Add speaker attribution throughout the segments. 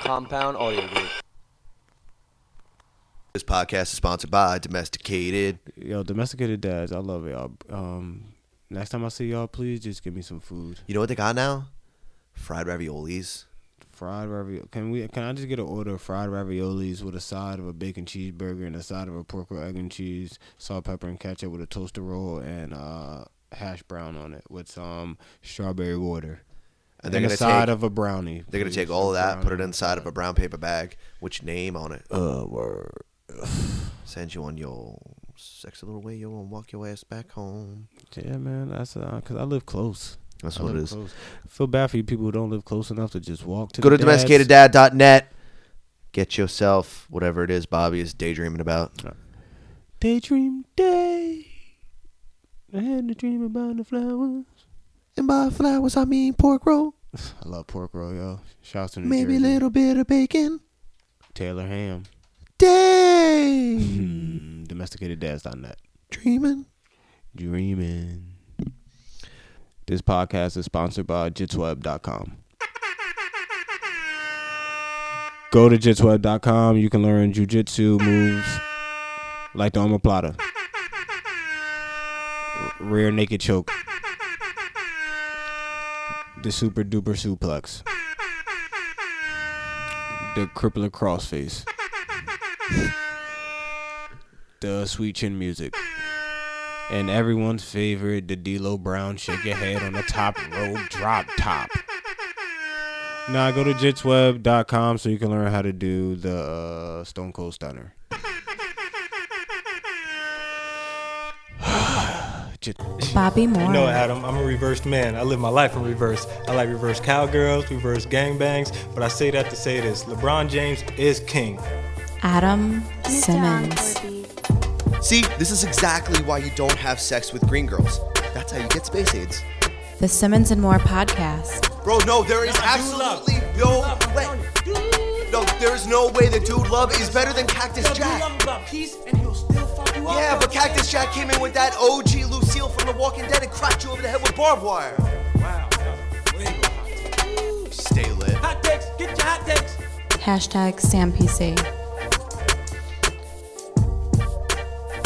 Speaker 1: Compound Audio Group.
Speaker 2: This podcast is sponsored by Domesticated.
Speaker 3: Yo, domesticated dads, I love y'all. Um, next time I see y'all, please just give me some food,
Speaker 2: You know what they got now? Fried raviolis.
Speaker 3: fried ravioli. Can we? Can I just get an order of fried raviolis with a side of a bacon cheeseburger and a side of a pork or egg and cheese, salt, pepper, and ketchup with a toaster roll and uh hash brown on it with some strawberry water.
Speaker 2: And
Speaker 3: And,
Speaker 2: they're
Speaker 3: then
Speaker 2: gonna
Speaker 3: a side
Speaker 2: take-
Speaker 3: of a brownie.
Speaker 2: They're gonna
Speaker 3: please,
Speaker 2: take all of
Speaker 3: a
Speaker 2: that, put it
Speaker 3: brownie.
Speaker 2: inside of a brown paper bag with your name on it. Uh, word. Send you on your sexy little way. You will walk your ass back home.
Speaker 3: Yeah, man. That's uh, cause I live close.
Speaker 2: That's
Speaker 3: I
Speaker 2: what it
Speaker 3: live
Speaker 2: is.
Speaker 3: close. Feel bad for you people who don't live close enough to just walk to.
Speaker 2: Go to
Speaker 3: the dads.
Speaker 2: domesticatedad.net. Get yourself whatever it is Bobby is daydreaming about.
Speaker 3: Daydream day. I had a dream about the flowers.
Speaker 2: And by flowers, I mean pork roll,
Speaker 3: I love pork roll, yo. Shouts to New
Speaker 2: maybe a
Speaker 3: Jersey.
Speaker 2: little bit of bacon.
Speaker 3: Taylor Ham. Hmm,
Speaker 2: Day
Speaker 3: DomesticatedDads.net.
Speaker 2: dreaming.
Speaker 3: Dreaming. This podcast is sponsored by JitsWeb.com. Go to JitsWeb.com. You can learn jujitsu moves like the omoplata, rear naked choke, the super duper suplex, the crippler crossface, the sweet chin music, and everyone's favorite, the D'Lo Brown shake your head on the top rope drop top. Now go to jitsweb.com so you can learn how to do the uh, Stone Cold Stunner. Jit-
Speaker 4: Bobby Moore.
Speaker 5: You know, it, Adam, I'm a reversed man. I live my life in reverse. I like reverse cowgirls, reverse gangbangs, but I say that to say this LeBron James is king.
Speaker 4: Adam
Speaker 6: Mr.
Speaker 4: Simmons.
Speaker 6: Encore beat.
Speaker 2: See, this is exactly why you don't have sex with green girls. That's how you get space AIDS.
Speaker 4: The Simmons and More podcast.
Speaker 2: Bro, no, there is
Speaker 5: love.
Speaker 2: absolutely no way. No, there is no way that dude love is better than Cactus Jack. Yeah, but Cactus Jack came in with that OG Lucille from The Walking Dead and cracked you over the head with barbed wire.
Speaker 5: Wow.
Speaker 2: Stay lit.
Speaker 5: Hot takes, get your hot takes.
Speaker 4: Hashtag SamPC.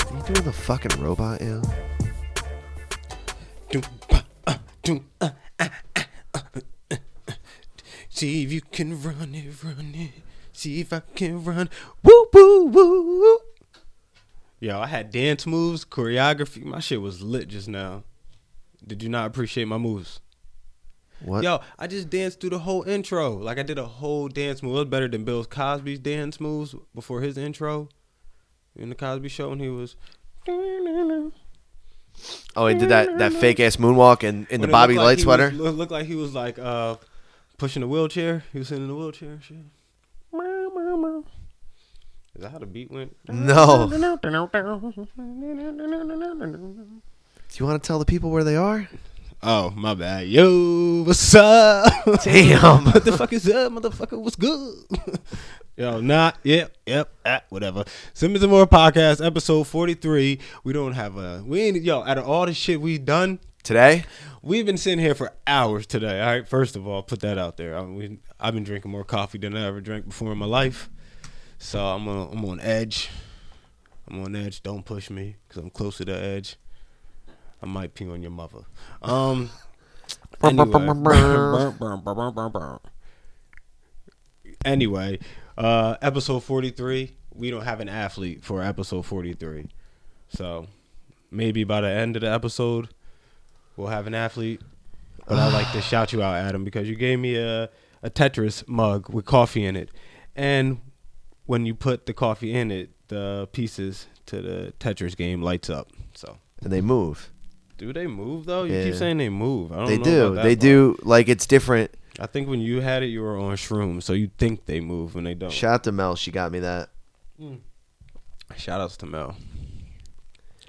Speaker 2: Are you doing the fucking robot, yo?
Speaker 3: Doom, uh, uh, doom, uh, uh, uh, uh, uh, uh. See if you can run it, run it. See if I can run. Woo, woo, woo, woo. Yo, I had dance moves, choreography. My shit was lit just now. Did you not appreciate my moves?
Speaker 2: What?
Speaker 3: Yo, I just danced through the whole intro. Like I did a whole dance move. It was better than Bill Cosby's dance moves before his intro in the Cosby Show, and he was.
Speaker 2: Oh, he did that, that fake ass moonwalk in, in the
Speaker 3: When it
Speaker 2: Bobby
Speaker 3: looked like
Speaker 2: Light
Speaker 3: he was-
Speaker 2: sweater.
Speaker 3: It looked like he was like uh, pushing a wheelchair. He was sitting in the wheelchair and shit. Is that how the beat went?
Speaker 2: No. Do you want to tell the people where they are?
Speaker 3: Oh my bad. Yo, what's up?
Speaker 2: Damn.
Speaker 3: what the fuck is up, motherfucker? What's good? Yo, nah, yep, yep, ah, whatever. Simmons and More podcast, episode forty-three. We don't have a we ain't yo. Out of all the shit we done,
Speaker 2: Today?
Speaker 3: We've been sitting here for hours today. All right, first of all, put that out there. I we, I've been drinking more coffee than I ever drank before in my life, so I'm on, I'm on edge. I'm on edge. Don't push me, cause I'm close to the edge. I might pee on your mother. Um. anyway. Anyway, uh, episode 43. We don't have an athlete for episode 43, so maybe by the end of the episode we'll have an athlete. But I'd like to shout you out, Adam, because you gave me a, a Tetris mug with coffee in it. And when you put the coffee in it, the pieces to the Tetris game lights up. So
Speaker 2: And they move.
Speaker 3: do they move though? You keep
Speaker 2: Yeah.
Speaker 3: saying they move. I don't
Speaker 2: They
Speaker 3: know
Speaker 2: do.
Speaker 3: about that
Speaker 2: They
Speaker 3: part.
Speaker 2: do. Like, it's different.
Speaker 3: I think when you had it, you were on shrooms, so you think they move when they don't.
Speaker 2: Shout out to Mel. She got me that.
Speaker 3: Shout outs to Mel.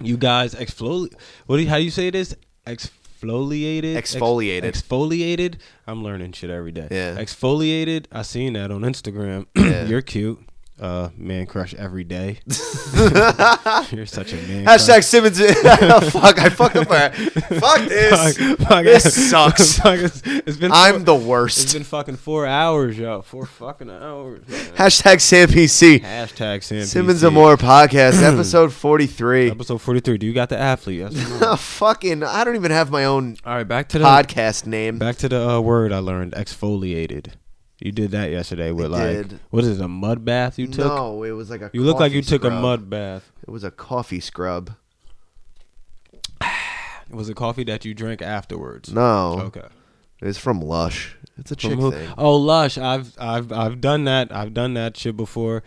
Speaker 3: You guys exfoli what do you, how do you say this? Exfoliated. Ex-
Speaker 2: Exfoliated.
Speaker 3: exfoliated. I'm learning shit every day.
Speaker 2: Yeah.
Speaker 3: Exfoliated. I seen that on Instagram.
Speaker 2: Yeah.
Speaker 3: You're cute. uh, man crush every day. You're such a man.
Speaker 7: Hashtag Simmons. Fuck, I fucked up. Our, fuck
Speaker 3: crush.
Speaker 7: this.
Speaker 3: Fuck, fuck.
Speaker 7: This sucks.
Speaker 3: Fuck, it's- it's been. four,
Speaker 7: I'm the
Speaker 3: It's
Speaker 7: worst.
Speaker 3: been fucking four hours, yo. Four fucking hours. man.
Speaker 7: Hashtag Sam PC.
Speaker 3: Hashtag Sam
Speaker 7: Simmons
Speaker 3: PC.
Speaker 7: and More podcast, episode 43.
Speaker 3: Episode forty-three. Do you got the athlete? Yes or no?
Speaker 7: Fucking, I don't even have my own
Speaker 3: All right, back to the
Speaker 7: podcast name.
Speaker 3: back to the uh, word I learned. Exfoliated. You did that yesterday with like
Speaker 7: did.
Speaker 3: what is it, a mud bath you took?
Speaker 7: no, it was like a.
Speaker 3: You look like you
Speaker 7: coffee
Speaker 3: took a
Speaker 7: scrub.
Speaker 3: mud bath.
Speaker 7: It was a coffee scrub.
Speaker 3: It was a coffee that you drank afterwards.
Speaker 7: No,
Speaker 3: Okay.
Speaker 7: it was from Lush. It's a chick
Speaker 3: From who-
Speaker 7: thing.
Speaker 3: Oh, Lush. I've I've I've done that. I've done that shit before.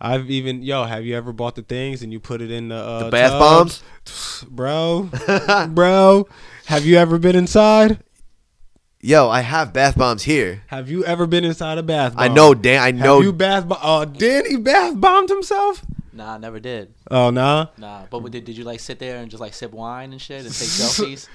Speaker 3: I've even yo. Have you ever bought the things and you put it in the uh,
Speaker 7: The bath
Speaker 3: tubs? bro? bro, have you ever been inside?
Speaker 7: Yo, I have bath bombs here.
Speaker 3: Have you ever been inside a bath?
Speaker 7: I
Speaker 3: bomb?
Speaker 7: know, Dan. I know.
Speaker 3: Have you bath? Bo- oh, Danny bath bombed himself.
Speaker 1: Nah, I never did.
Speaker 3: Oh nah.
Speaker 1: Nah, but what did, did you like sit there and just like sip wine and shit and take selfies?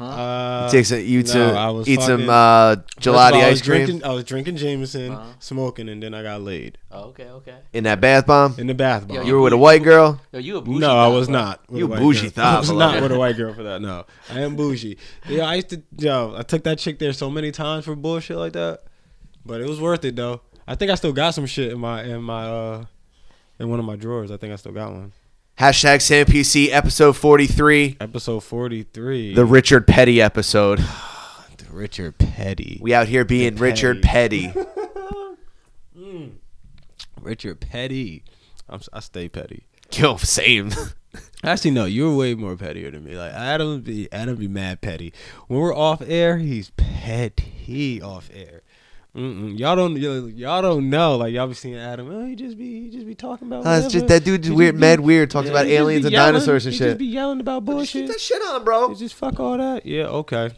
Speaker 3: Uh,
Speaker 7: takes a, you
Speaker 3: no,
Speaker 7: to
Speaker 3: I was
Speaker 7: eat some
Speaker 3: fucking-
Speaker 7: uh,
Speaker 3: first of all,
Speaker 7: gelati
Speaker 3: I was
Speaker 7: ice cream
Speaker 3: Drinking, I was drinking Jameson,
Speaker 1: Uh-huh.
Speaker 3: smoking, and then I got laid
Speaker 1: Oh, okay, okay.
Speaker 7: in that bath bomb.
Speaker 3: in the bath bomb.
Speaker 1: Yo,
Speaker 7: You were with a white girl.
Speaker 1: Yo, you a bougie
Speaker 3: No, I
Speaker 1: guy,
Speaker 3: was
Speaker 1: bro.
Speaker 3: not. with
Speaker 7: You
Speaker 3: a white
Speaker 7: bougie
Speaker 3: girl. I
Speaker 7: thot,
Speaker 3: was
Speaker 7: bro.
Speaker 3: not with a white girl for that. No, I am bougie. Yo, I used to. Yo, I took that chick there so many times for bullshit like that, but it was worth it though. I think I still got some shit in my in my uh in one of my drawers. I think I still got one.
Speaker 7: Hashtag Sam PC episode forty three.
Speaker 3: Episode forty three.
Speaker 7: The Richard Petty episode.
Speaker 3: Richard Petty.
Speaker 7: We out here being
Speaker 3: The
Speaker 7: Richard Petty.
Speaker 3: Richard Petty. I'm, si stay petty.
Speaker 7: Yo, same.
Speaker 3: Actually, no, you're way more pettier than me. Like Adam be Adam be mad petty. When we're off air, he's petty off air. Mm-mm. Y'all don't y'all, y'all don't know. Like y'all be seeing Adam. Oh, he just be he just be talking about.
Speaker 7: Uh, it's
Speaker 3: whatever.
Speaker 7: just- that dude's
Speaker 3: He just
Speaker 7: weird-
Speaker 3: be-
Speaker 7: mad weird, talks about
Speaker 3: he just be
Speaker 7: aliens and
Speaker 3: yelling.
Speaker 7: dinosaurs and
Speaker 3: He
Speaker 7: shit.
Speaker 3: Just be yelling about bullshit.
Speaker 7: shit on, bro.
Speaker 3: He just fuck all that. Yeah, okay.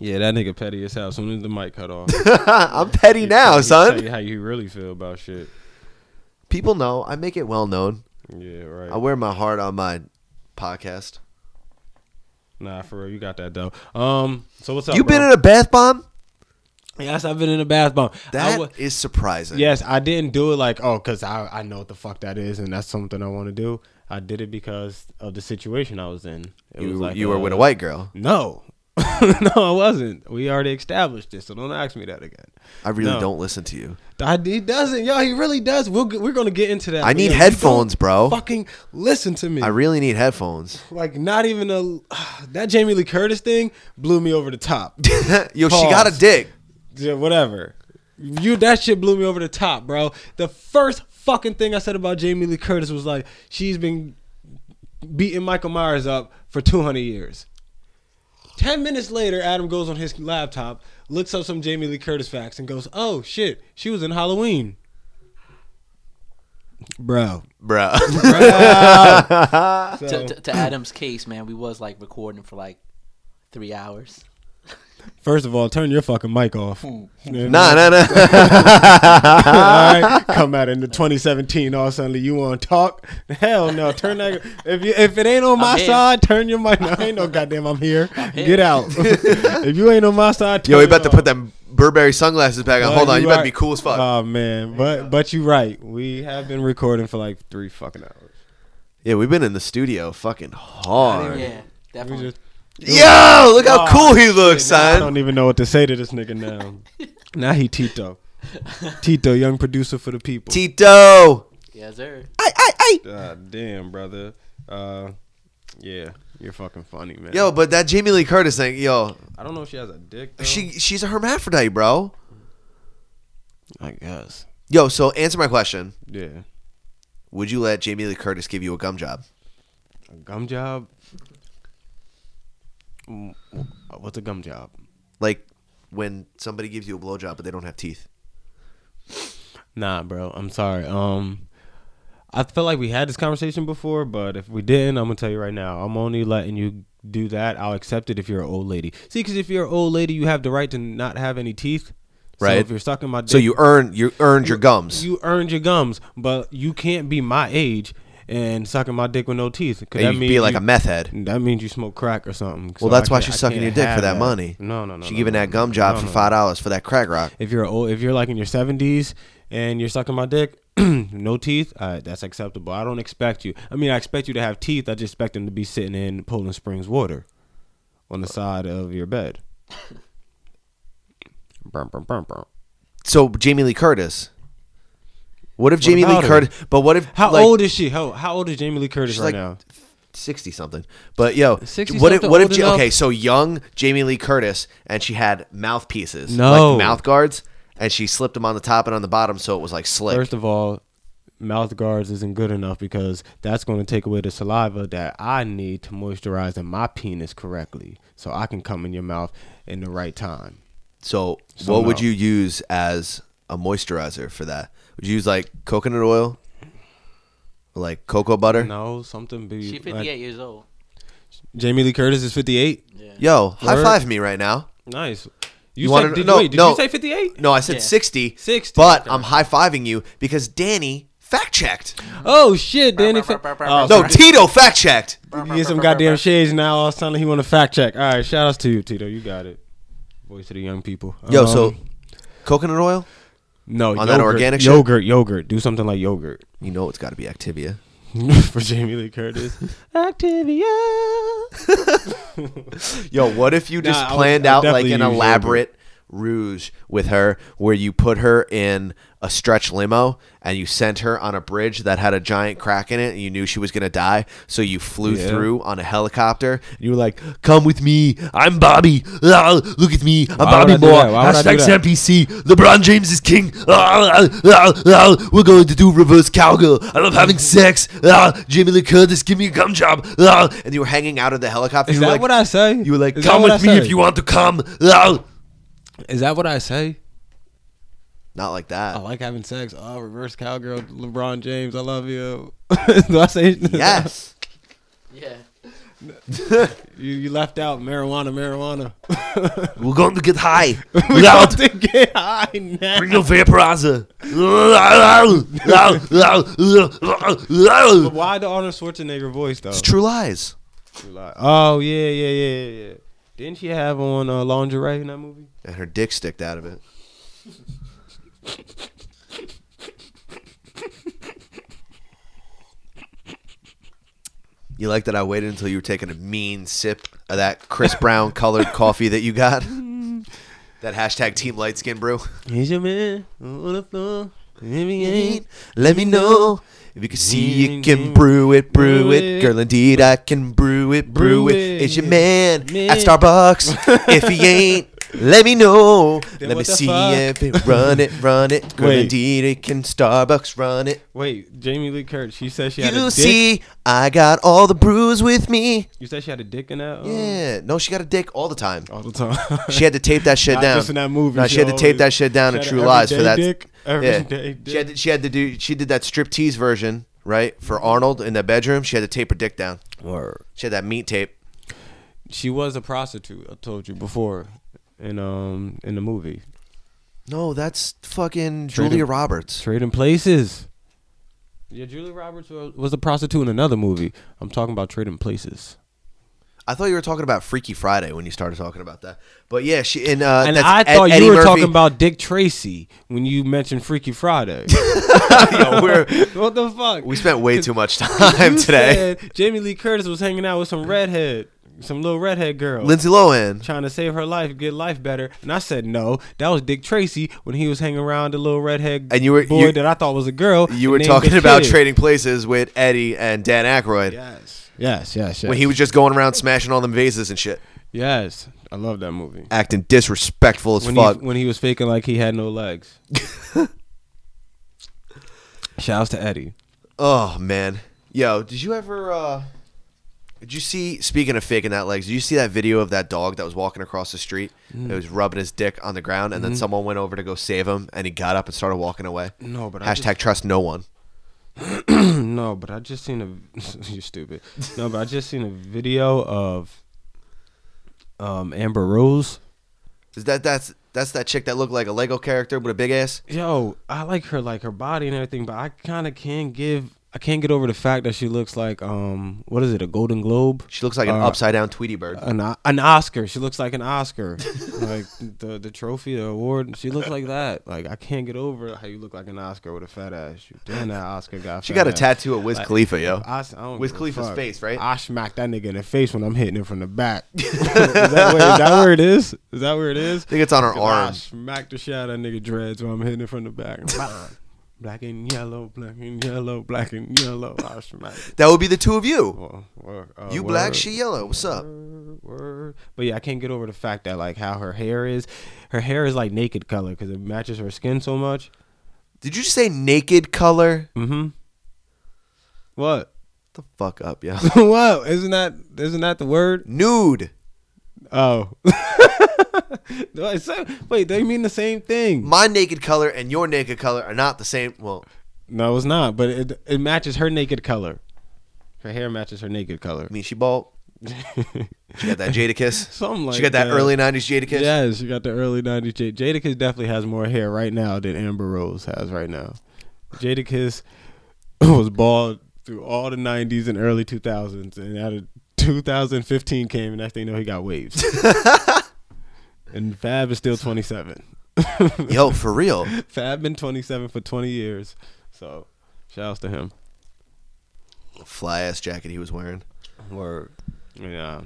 Speaker 3: Yeah, that nigga petty as hell. As soon as the mic cut off,
Speaker 7: I'm petty now,
Speaker 3: He'll Tell
Speaker 7: son.
Speaker 3: you how you really feel about shit.
Speaker 7: People know. I make it well known.
Speaker 3: Yeah,
Speaker 7: I
Speaker 3: right.
Speaker 7: wear my heart on my podcast.
Speaker 3: Nah, for real, you got that though. Um, so what's up?
Speaker 7: you been
Speaker 3: bro?
Speaker 7: in a bath bomb?
Speaker 3: Yes, I've been in a bath bomb.
Speaker 7: That
Speaker 3: I wa-
Speaker 7: is surprising.
Speaker 3: Yes, I didn't do it like oh, cause I I know what the fuck that is, and that's something I want to do. I did it because of the situation I was in. It
Speaker 7: You,
Speaker 3: was like
Speaker 7: you were with
Speaker 3: uh,
Speaker 7: a white girl.
Speaker 3: No, no, I wasn't. We already established this, so don't ask me that again.
Speaker 7: I really
Speaker 3: no.
Speaker 7: don't listen to you.
Speaker 3: I, he doesn't, yo. He really does. We'll, get- we're gonna get into that.
Speaker 7: I
Speaker 3: but,
Speaker 7: need
Speaker 3: yo, you
Speaker 7: headphones,
Speaker 3: don't
Speaker 7: bro.
Speaker 3: Fucking listen to me.
Speaker 7: I really need headphones.
Speaker 3: like not even a that Jamie Lee Curtis thing blew me over the top.
Speaker 7: Yo, she
Speaker 3: Pause.
Speaker 7: got a dick.
Speaker 3: Yeah, whatever. You that shit blew me over the top, bro. The first fucking thing I said about Jamie Lee Curtis was like, she's been beating Michael Myers up for 200 years. 10 minutes later, Adam goes on his laptop, looks up some Jamie Lee Curtis facts, and goes, "Oh shit, she was in Halloween." Bro,
Speaker 7: Bro.
Speaker 1: To,
Speaker 3: so,
Speaker 1: to, to Adam's case, man, we was like recording for like three hours.
Speaker 3: first of all, turn your fucking mic off.
Speaker 7: nah, nah, nah.
Speaker 3: all right, come out in the 2017. All suddenly, you want to talk? Hell no! Turn that. If you, if it ain't on my
Speaker 1: here.
Speaker 3: side, turn your mic. No, ain't no goddamn. I'm here.
Speaker 1: here.
Speaker 3: Get out. if you ain't on my side, turn
Speaker 7: Yo, we
Speaker 3: it
Speaker 7: about to
Speaker 3: off.
Speaker 7: put them Burberry sunglasses back on.
Speaker 3: But
Speaker 7: Hold on. You better
Speaker 3: are-
Speaker 7: be cool as fuck.
Speaker 3: Oh man, but but you right. We have been recording for like three fucking hours.
Speaker 7: yeah, we've been in the studio fucking hard.
Speaker 1: Yeah,
Speaker 3: We
Speaker 1: definitely.
Speaker 3: just.
Speaker 7: Yo, look how
Speaker 3: Oh,
Speaker 7: cool he looks,
Speaker 3: Shit, now I
Speaker 7: son.
Speaker 3: don't even know what to say to this nigga now. now he Tito. Tito, young producer for the people.
Speaker 7: Tito.
Speaker 1: yes, sir.
Speaker 3: God damn, brother. Uh, yeah, you're fucking funny, man.
Speaker 7: Yo, but that Jamie Lee Curtis thing, yo,
Speaker 3: I don't know if she has a dick. Though.
Speaker 7: she she's a hermaphrodite, bro.
Speaker 3: I guess.
Speaker 7: Yo, so answer my question:
Speaker 3: Yeah.
Speaker 7: Would you let Jamie Lee Curtis give you a gum job?
Speaker 3: A gum job. Mm, wh- What's a gum job?
Speaker 7: Like when somebody gives you a blowjob but they don't have teeth.
Speaker 3: Nah, bro. I'm sorry. Um, I feel like we had this conversation before, but if we didn't, I'm gonna tell you right now. I'm only letting you do that. I'll accept it if you're an old lady. See, because if you're an old lady, you have the right to not have any teeth.
Speaker 7: Right.
Speaker 3: So if you're sucking my dick,
Speaker 7: So you earn you earned your gums.
Speaker 3: you earned your gums, but you can't be my age and sucking my dick with no teeth. 'cause
Speaker 7: and
Speaker 3: that
Speaker 7: you'd
Speaker 3: means
Speaker 7: be like
Speaker 3: you-
Speaker 7: a meth head.
Speaker 3: That means you smoke crack or something.
Speaker 7: Well,
Speaker 3: So
Speaker 7: that's
Speaker 3: I
Speaker 7: why
Speaker 3: can't-
Speaker 7: she's
Speaker 3: I
Speaker 7: sucking your
Speaker 3: can't
Speaker 7: dick for
Speaker 3: have
Speaker 7: that money.
Speaker 3: No, no, no.
Speaker 7: She
Speaker 3: no,
Speaker 7: giving
Speaker 3: no,
Speaker 7: that
Speaker 3: no,
Speaker 7: gum job
Speaker 3: no,
Speaker 7: for
Speaker 3: no.
Speaker 7: five dollars for that crack rock.
Speaker 3: If you're old, if you're like in your seventies and you're sucking my dick, no teeth, all right, that's acceptable. I don't expect you. I mean, I expect you to have teeth. I just expect them to be sitting in Poland Springs water on the side of your bed. Brum, brum, brum, brum.
Speaker 7: So Jamie Lee Curtis. What if Jamie Lee
Speaker 3: about her?
Speaker 7: Curtis? But what if
Speaker 3: How
Speaker 7: like,
Speaker 3: old is she? How how old is Jamie Lee Curtis
Speaker 7: She's
Speaker 3: right
Speaker 7: like
Speaker 3: now?
Speaker 7: sixty something? But yo,
Speaker 3: 60
Speaker 7: what if
Speaker 3: something,
Speaker 7: what if
Speaker 3: old
Speaker 7: Ja-
Speaker 3: enough?
Speaker 7: okay? So young Jamie Lee Curtis, and she had mouthpieces,
Speaker 3: No.
Speaker 7: like mouth guards, and she slipped them on the top and on the bottom, so it was like slick.
Speaker 3: First of all, mouth guards isn't good enough because that's going to take away the saliva that I need to moisturize in my penis correctly, so I can come in your mouth in the right time.
Speaker 7: so,
Speaker 3: So
Speaker 7: what would
Speaker 3: no.
Speaker 7: you use as a moisturizer for that? Would you use like coconut oil, Or, like cocoa butter?
Speaker 3: No, something be
Speaker 1: She's 58
Speaker 3: like-
Speaker 1: years old.
Speaker 3: Jamie Lee Curtis is fifty eight.
Speaker 7: Yo, high
Speaker 3: Word.
Speaker 7: five me right now.
Speaker 3: Nice.
Speaker 7: You
Speaker 3: You,
Speaker 7: wanna-
Speaker 3: said, did,
Speaker 7: no,
Speaker 3: wait, did
Speaker 7: no.
Speaker 3: you say 58?
Speaker 7: No, I said
Speaker 1: Yeah.
Speaker 7: 60.
Speaker 3: 60,
Speaker 7: But
Speaker 3: okay.
Speaker 7: I'm high fiving you because Danny fact checked.
Speaker 3: Oh, shit, Danny. Fa- oh,
Speaker 7: No,
Speaker 3: so
Speaker 7: Tito fact checked.
Speaker 3: you get some goddamn shades now. All of a sudden, he want to fact check. All right, shout outs to you, Tito. You got it. Voice of the young people.
Speaker 7: Yo,
Speaker 3: Um,
Speaker 7: so coconut oil?
Speaker 3: no,
Speaker 7: on
Speaker 3: yogurt,
Speaker 7: that organic shit?
Speaker 3: yogurt, yogurt. Do something like yogurt
Speaker 7: You know it's got to be Activia.
Speaker 3: for Jamie Lee Curtis. Activia.
Speaker 7: Yo, what if you just
Speaker 3: Nah, I would-
Speaker 7: planned
Speaker 3: I would
Speaker 7: out like
Speaker 3: definitely
Speaker 7: an
Speaker 3: use yogurt.
Speaker 7: elaborate ruse with her where you put her in a stretch limo and you sent her on a bridge that had a giant crack in it and you knew she was going to die so you flew
Speaker 3: Yeah.
Speaker 7: through on a helicopter and you were like come with me i'm bobby Ah, look at me i'm
Speaker 3: Why would
Speaker 7: bobby
Speaker 3: I do
Speaker 7: boy
Speaker 3: that? Why would I do
Speaker 7: hashtag
Speaker 3: that?
Speaker 7: sampc lebron james is king Ah, ah, ah, ah, we're going to do reverse cowgirl i love having sex Ah, jamie lee curtis give me a gum job Ah, and you were hanging out of the helicopter
Speaker 3: Is
Speaker 7: you were
Speaker 3: that
Speaker 7: like-
Speaker 3: what I say?
Speaker 7: you were like,
Speaker 3: Is that
Speaker 7: come
Speaker 3: what
Speaker 7: with
Speaker 3: I
Speaker 7: me
Speaker 3: say?
Speaker 7: if you want to come. Ah, Ugh.
Speaker 3: Is that what I say?
Speaker 7: Not like
Speaker 3: I
Speaker 7: that.
Speaker 3: like having sex. Oh, reverse cowgirl, LeBron James. I love you. Do I say
Speaker 7: Yes.
Speaker 3: Oh.
Speaker 1: Yeah.
Speaker 3: you, you left out marijuana, marijuana.
Speaker 7: We're going to get high.
Speaker 3: We
Speaker 7: Loud.
Speaker 3: got to get high now.
Speaker 7: Bring your vaporizer. Loud, loud, loud, loud, loud.
Speaker 3: Why the Arnold Schwarzenegger voice though?
Speaker 7: It's true lies.
Speaker 3: Oh yeah, yeah, yeah, yeah. yeah. Didn't she have on uh, lingerie in that movie?
Speaker 7: And her dick sticked out of it. You like that I waited until you were taking a mean sip of that Chris Brown colored coffee that you got? That hashtag Team Light Skin Brew?
Speaker 3: He's your man on the floor. If he
Speaker 7: ain't,
Speaker 3: ain't,
Speaker 7: let me know. If you can see, you can brew it, brew it. Girl, indeed, I can brew it, brew it. It's your man at Starbucks. if he ain't, let me know.
Speaker 3: Then
Speaker 7: let me
Speaker 3: what the
Speaker 7: see
Speaker 3: fuck?
Speaker 7: if it run it, run it. Girl,
Speaker 3: Wait.
Speaker 7: indeed, it can Starbucks run it.
Speaker 3: Wait, Jamie Lee Curtis. She said she had
Speaker 7: you
Speaker 3: a dick.
Speaker 7: see, I got all the brews with me.
Speaker 3: You said she had a dick in that. um,
Speaker 7: Yeah, no, she got a dick all the time.
Speaker 3: All the time.
Speaker 7: She had to tape that shit
Speaker 3: Not
Speaker 7: down.
Speaker 3: just in that movie,
Speaker 7: No, she,
Speaker 3: she
Speaker 7: had to tape
Speaker 3: always-
Speaker 7: that shit down
Speaker 3: she
Speaker 7: in
Speaker 3: had
Speaker 7: True
Speaker 3: an
Speaker 7: Lies for
Speaker 3: everyday
Speaker 7: that.
Speaker 3: dick, everyday
Speaker 7: yeah.
Speaker 3: dick.
Speaker 7: She had to, she had to do she did that strip tease version, right? For Arnold in the bedroom, she had to tape her dick down.
Speaker 3: Word.
Speaker 7: She had that meat tape.
Speaker 3: She was a prostitute. I told you before, in um in the movie
Speaker 7: No, that's fucking
Speaker 3: Traded-
Speaker 7: Julia Roberts.
Speaker 3: Trading Places. Yeah, Julie Roberts wa- was a prostitute in another movie. I'm talking about Trading Places.
Speaker 7: I thought you were talking about Freaky Friday when you started talking about that. But yeah, she and uh
Speaker 3: And
Speaker 7: that's
Speaker 3: I
Speaker 7: Ed-
Speaker 3: thought
Speaker 7: Eddie
Speaker 3: you were
Speaker 7: Murphy.
Speaker 3: talking about Dick Tracy when you mentioned Freaky Friday.
Speaker 7: Yo, we're-
Speaker 3: what the fuck?
Speaker 7: we spent way too much time
Speaker 3: You
Speaker 7: today.
Speaker 3: said Jamie Lee Curtis was hanging out with some redhead, some little redhead girl,
Speaker 7: Lindsay Lohan.
Speaker 3: trying to save her life, get life better. And I said no. That was Dick Tracy when he was hanging around the little redhead
Speaker 7: And you were-
Speaker 3: boy
Speaker 7: you-
Speaker 3: that I thought was a girl.
Speaker 7: You were
Speaker 3: named
Speaker 7: talking
Speaker 3: the
Speaker 7: about
Speaker 3: kid.
Speaker 7: trading places with Eddie and Dan Aykroyd
Speaker 3: Yes, yes, yes, yes.
Speaker 7: when he was just going around smashing all them vases and shit.
Speaker 3: yes, I love that movie.
Speaker 7: acting disrespectful as
Speaker 3: when
Speaker 7: fuck.
Speaker 3: he when he was faking like he had no legs. Shouts to Eddie.
Speaker 7: oh man, yo, did you ever? uh Did you see? Speaking of faking that legs, did you see that video of that dog that was walking across the street?
Speaker 3: Mm.
Speaker 7: It was rubbing his dick on the ground, and then
Speaker 3: Mm-hmm.
Speaker 7: someone went over to go save him, and he got up and started walking away.
Speaker 3: No, but I
Speaker 7: hashtag trust no one.
Speaker 3: No, but I just seen a. you're stupid. No, but I just seen a video of um Amber Rose.
Speaker 7: Is that that's that's that chick that looked like a Lego character with a big ass?
Speaker 3: Yo, I like her, like her body and everything, but I kind of can give I can't get over the fact that she looks like um what is it a Golden Globe?
Speaker 7: She looks like an
Speaker 3: Uh,
Speaker 7: upside down Tweety bird.
Speaker 3: an O- an Oscar. She looks like an Oscar, like the the trophy, the award. She looks like that. Like I can't get over how you look like an Oscar with a fat ass. You- Damn that Oscar guy.
Speaker 7: she got a tattoo of Wiz Khalifa, yo.
Speaker 3: Os- uh, I don't
Speaker 7: Wiz
Speaker 3: give a
Speaker 7: Khalifa's
Speaker 3: fuck.
Speaker 7: face, right?
Speaker 3: I smack that nigga in the face when I'm hitting him from the back. is, that where, is that where it is? Is that where it is?
Speaker 7: think it's on her
Speaker 3: I
Speaker 7: arm.
Speaker 3: smack the shit out of that nigga dreads when I'm hitting it from the back. black and yellow, black and yellow, black and yellow. I smack.
Speaker 7: That would be the two of you.
Speaker 3: Well, well, uh,
Speaker 7: You black,
Speaker 3: word.
Speaker 7: she yellow. What's up?
Speaker 3: Word, word. But yeah, I can't get over the fact that like how her hair is. Her hair is like naked color because it matches her skin so much.
Speaker 7: Did you say naked color?
Speaker 3: Mm-hmm. What?
Speaker 7: The fuck up, yo.
Speaker 3: what? Isn't that isn't that the word?
Speaker 7: Nude.
Speaker 3: Oh. Do I say- Wait, they mean the same thing?
Speaker 7: My naked color and your naked color are not the same. Well,
Speaker 3: No, it's not. But it it matches her naked color. Her hair matches her naked color.
Speaker 7: I mean, she bald. She got that Jada kiss.
Speaker 3: Something like
Speaker 7: She got that,
Speaker 3: that.
Speaker 7: early '90s Jada kiss.
Speaker 3: Yes, you got the early '90s. J- Jadakiss definitely has more hair right now than Amber Rose has right now. Jadakiss was bald through all the '90s and early 2000s, and out of 2015 came, and next thing you know, he got waves. and Fab is still 27.
Speaker 7: Yo, for real.
Speaker 3: Fab been 27 for 20 years, so shouts to him.
Speaker 7: Fly ass jacket he was wearing.
Speaker 3: Word. Yeah.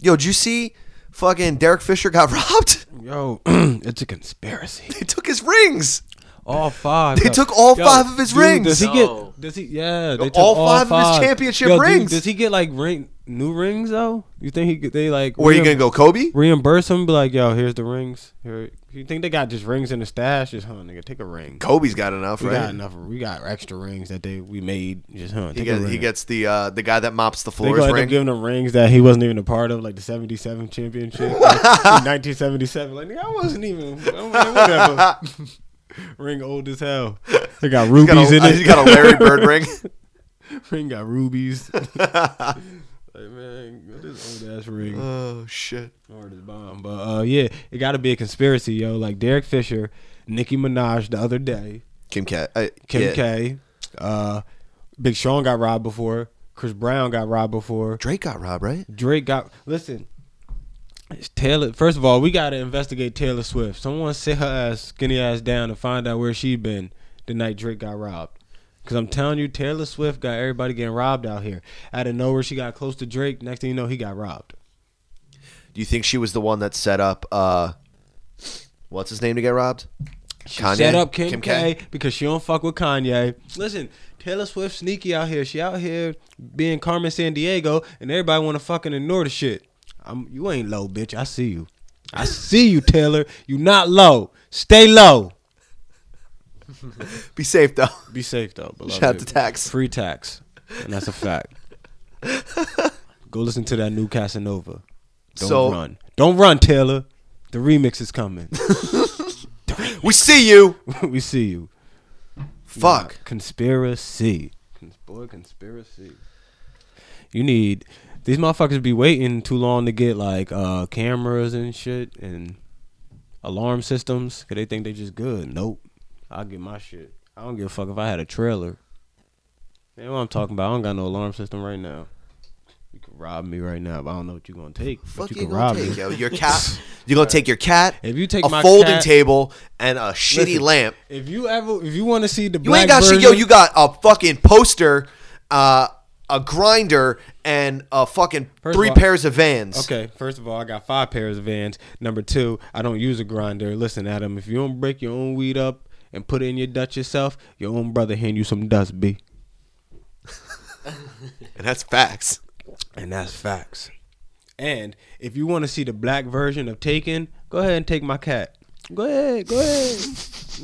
Speaker 7: Yo, did you see? Fucking Derek Fisher got robbed.
Speaker 3: Yo, it's a conspiracy.
Speaker 7: They took his rings.
Speaker 3: All five.
Speaker 7: They
Speaker 3: Yo-
Speaker 7: took all
Speaker 3: Yo,
Speaker 7: five of his
Speaker 3: dude,
Speaker 7: rings.
Speaker 3: Does he
Speaker 1: No.
Speaker 3: get? Does he? Yeah, they took
Speaker 7: all
Speaker 3: all,
Speaker 7: five of his
Speaker 3: five.
Speaker 7: championship
Speaker 3: dude,
Speaker 7: rings.
Speaker 3: does he get like ring new rings though? You think he could- they like?
Speaker 7: Where you gonna
Speaker 3: reim-
Speaker 7: go, Kobe?
Speaker 3: Reimburse him? Be like, yo, here's the rings. Here, you think they got just rings in the stash? Just huh, nigga, take a ring.
Speaker 7: Kobe's got enough,
Speaker 3: we
Speaker 7: right?
Speaker 3: got enough. We got extra rings that they we made. Just huh,
Speaker 7: He,
Speaker 3: take a
Speaker 7: get,
Speaker 3: ring.
Speaker 7: he gets the uh, the guy that mops the
Speaker 3: they
Speaker 7: floors
Speaker 3: gonna end
Speaker 7: ring.
Speaker 3: up giving him rings that he wasn't even a part of, like the '77 championship, like, in 1977. Like, nigga, I wasn't even. I don't know, whatever. Ring old as hell. They got
Speaker 7: He's
Speaker 3: rubies
Speaker 7: got,
Speaker 3: in
Speaker 7: a,
Speaker 3: it.
Speaker 7: he's got a Larry Bird ring.
Speaker 3: ring got rubies. like man, what this old ass ring
Speaker 7: Oh shit.
Speaker 3: or this bomb. But uh, yeah, it got to be a conspiracy, yo. Like Derek Fisher, Nicki Minaj the other day,
Speaker 7: Kim K. Uh,
Speaker 3: Kim
Speaker 7: yeah.
Speaker 3: K, uh, Big Sean got robbed before, Chris Brown got robbed before,
Speaker 7: Drake got robbed, right?
Speaker 3: Drake got. Listen, it's Taylor. First of all, we got to investigate Taylor Swift. Someone sit her ass skinny ass down and find out where she been the night Drake got robbed. Cause I'm telling you, Taylor Swift got everybody getting robbed out here. Out of nowhere, she got close to Drake. Next thing you know, he got robbed.
Speaker 7: Do you think she was the one that set up? uh What's his name to get robbed?
Speaker 3: She
Speaker 7: Kanye?
Speaker 3: set up Kim,
Speaker 7: Kim
Speaker 3: K,
Speaker 7: K?
Speaker 3: because she don't fuck with Kanye. Listen, Taylor Swift sneaky out here. She out here being Carmen San Diego, and everybody want to fucking ignore the shit. I'm, you ain't low, bitch. I see you. I see you, Taylor. You not low. Stay low.
Speaker 7: Be safe though.
Speaker 3: Be safe though. Beloved.
Speaker 7: Shout out to tax.
Speaker 3: Free tax, and that's a fact. Go listen to that new Casanova. Don't
Speaker 7: So-
Speaker 3: run. Don't run, Taylor. The remix is coming.
Speaker 7: We see you.
Speaker 3: we see you.
Speaker 7: Fuck.
Speaker 3: Conspiracy. Boy, conspiracy. You need these motherfuckers be waiting too long to get like uh cameras and shit and alarm systems because they think they just good. Nope. I'll get my shit. I don't give a fuck if I had a trailer. Man, what I'm talking about. I don't got no alarm system right now. You can rob me right now, but I don't know what you're gonna take.
Speaker 7: Fuck
Speaker 3: but you,
Speaker 7: you,
Speaker 3: can
Speaker 7: gonna
Speaker 3: rob
Speaker 7: take,
Speaker 3: me.
Speaker 7: yo. Your cat. You're gonna take your cat.
Speaker 3: If you take
Speaker 7: a
Speaker 3: my
Speaker 7: folding
Speaker 3: cat-
Speaker 7: table and a shitty
Speaker 3: Listen,
Speaker 7: lamp,
Speaker 3: If you ever if you wanna see the
Speaker 7: you
Speaker 3: black
Speaker 7: ain't got shit. Yo,
Speaker 3: version-
Speaker 7: you got a fucking poster, uh, a grinder, and a fucking
Speaker 3: First of
Speaker 7: three
Speaker 3: all-
Speaker 7: pairs of Vans.
Speaker 3: Okay, first of all, I got five pairs of vans. Number two, I don't use a grinder. Listen, Adam, if you don't break your own weed up and put it in your Dutch yourself, your own brother hand you some dust, B.
Speaker 7: and that's facts.
Speaker 3: And that's facts. And if you want to see the black version of Taken, go ahead and take my cat. Go ahead, go ahead.